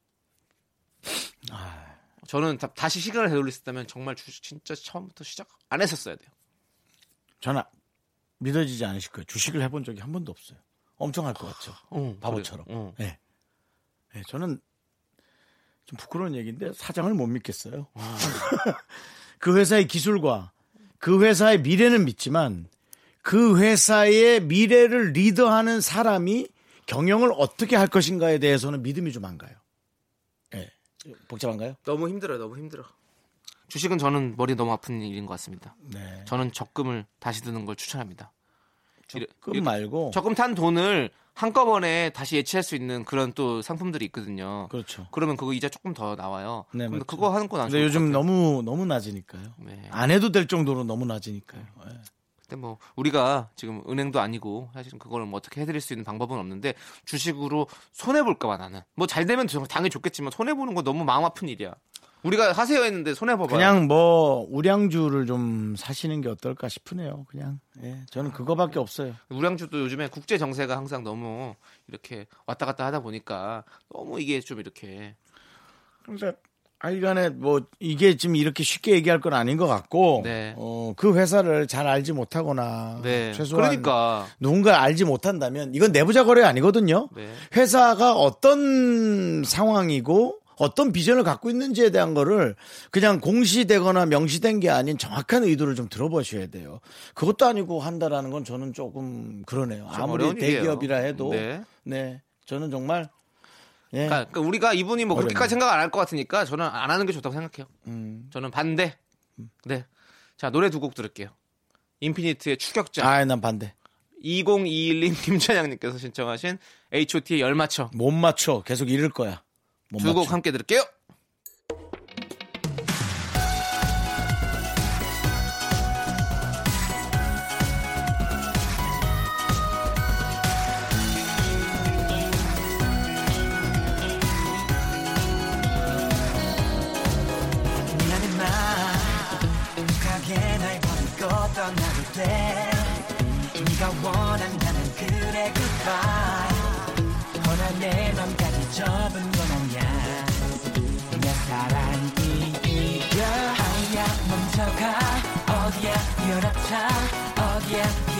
S3: 아.
S4: 저는 다, 시 시간을 되돌렸었다면 정말 주식 진짜 처음부터 시작 안 했었어야 돼요.
S3: 전화 믿어지지 않으실 거예요. 주식을 해본 적이 한 번도 없어요. 엄청 할 것 같죠.
S4: 어,
S3: 바보처럼. 예,
S4: 그래요. 어.
S3: 예, 저는 좀 부끄러운 얘기인데 사장을 못 믿겠어요.
S4: 아.
S3: 그 회사의 기술과 그 회사의 미래는 믿지만 그 회사의 미래를 리더하는 사람이 경영을 어떻게 할 것인가에 대해서는 믿음이 좀 안 가요. 예. 복잡한가요?
S4: 너무 힘들어, 너무 힘들어. 주식은 저는 머리 너무 아픈 일인 것 같습니다.
S3: 네.
S4: 저는 적금을 다시 드는 걸 추천합니다.
S3: 적금 말고
S4: 적금 탄 돈을 한꺼번에 다시 예치할 수 있는 그런 또 상품들이 있거든요.
S3: 그렇죠.
S4: 그러면 그거 이자 조금 더 나와요.
S3: 네,
S4: 근데
S3: 맞죠.
S4: 그거 하는 건 안
S3: 근데
S4: 좋은
S3: 요즘
S4: 것 같아요.
S3: 너무 너무 낮으니까요.
S4: 네.
S3: 안 해도 될 정도로 너무 낮으니까요. 예.
S4: 근데 뭐 우리가 지금 은행도 아니고 사실은 그걸 뭐 어떻게 해드릴 수 있는 방법은 없는데 주식으로 손해 볼까봐 나는 뭐 잘 되면 정- 당연히 좋겠지만 손해 보는 건 너무 마음 아픈 일이야. 우리가 하세요 했는데 손해 봐봐.
S3: 그냥 뭐 우량주를 좀 사시는 게 어떨까 싶으네요. 그냥 예, 저는 그거밖에 없어요.
S4: 우량주도 요즘에 국제 정세가 항상 너무 이렇게 왔다 갔다 하다 보니까 너무 이게 좀 이렇게
S3: 근데 하여간에 뭐 이게 지금 이렇게 쉽게 얘기할 건 아닌 것 같고 어, 그 회사를 잘 알지 못하거나
S4: 네.
S3: 아, 최소한
S4: 그러니까.
S3: 누군가 알지 못한다면 이건 내부자 거래 아니거든요.
S4: 네.
S3: 회사가 어떤 상황이고 어떤 비전을 갖고 있는지에 대한 거를 그냥 공시되거나 명시된 게 아닌 정확한 의도를 좀 들어보셔야 돼요. 그것도 아니고 한다라는 건 저는 조금 그러네요.
S4: 좀
S3: 아무리
S4: 어려운 일이에요.
S3: 대기업이라 해도
S4: 네.
S3: 네 저는 정말 예.
S4: 그러니까, 그러니까 우리가 이분이 뭐
S3: 어렵네. 음.
S4: 그렇게까지 생각 안 할 것 같으니까 저는 안 하는 게 좋다고 생각해요. 저는 반대. 네. 자 노래 두 곡 들을게요. 인피니트의 추격자.
S3: 아, 난 반대.
S4: 2021님 김찬양님께서 신청하신 H.O.T의 열맞춰
S3: 못 맞춰. 계속 잃을 거야. 못
S4: 두 곡
S3: 맞춰.
S4: 함께 들을게요.
S7: 미안해 마 가게 날 버리고 떠나도 돼 네가 원한다면 그래 goodbye 허나 내 맘까지 접은 건 아니야 내 사랑 이겨 아야 멈춰가 어디야 열악차 어디야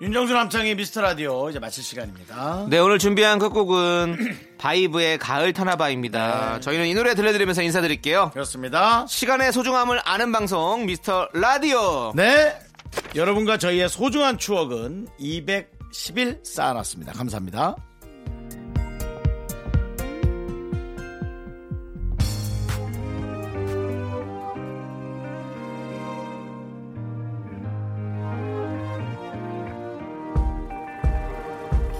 S3: 윤정수 남창의 미스터 라디오 이제 마칠 시간입니다.
S4: 네 오늘 준비한 끝곡은 바이브의 가을 타나바입니다.
S3: 네.
S4: 저희는 이 노래 들려드리면서 인사드릴게요.
S3: 그렇습니다.
S4: 시간의 소중함을 아는 방송 미스터 라디오.
S3: 네. 여러분과 저희의 소중한 추억은 210일 쌓아놨습니다. 감사합니다.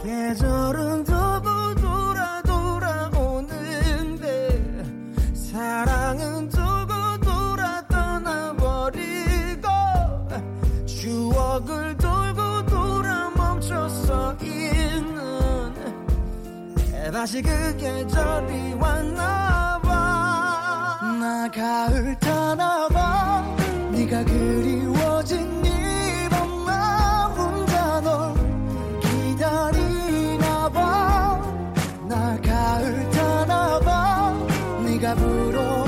S7: 계절은 더불어 돌아 돌아오는데 사랑은 두고 돌아 떠나버리고 추억을 돌고 돌아 멈춰서 있는 다시 그 계절이 왔나봐 나 가을 타나봐 네가 그리워진 이밤나 혼자 널 기다리나 봐. 날 가을 타나 봐. 네가 부러워 네.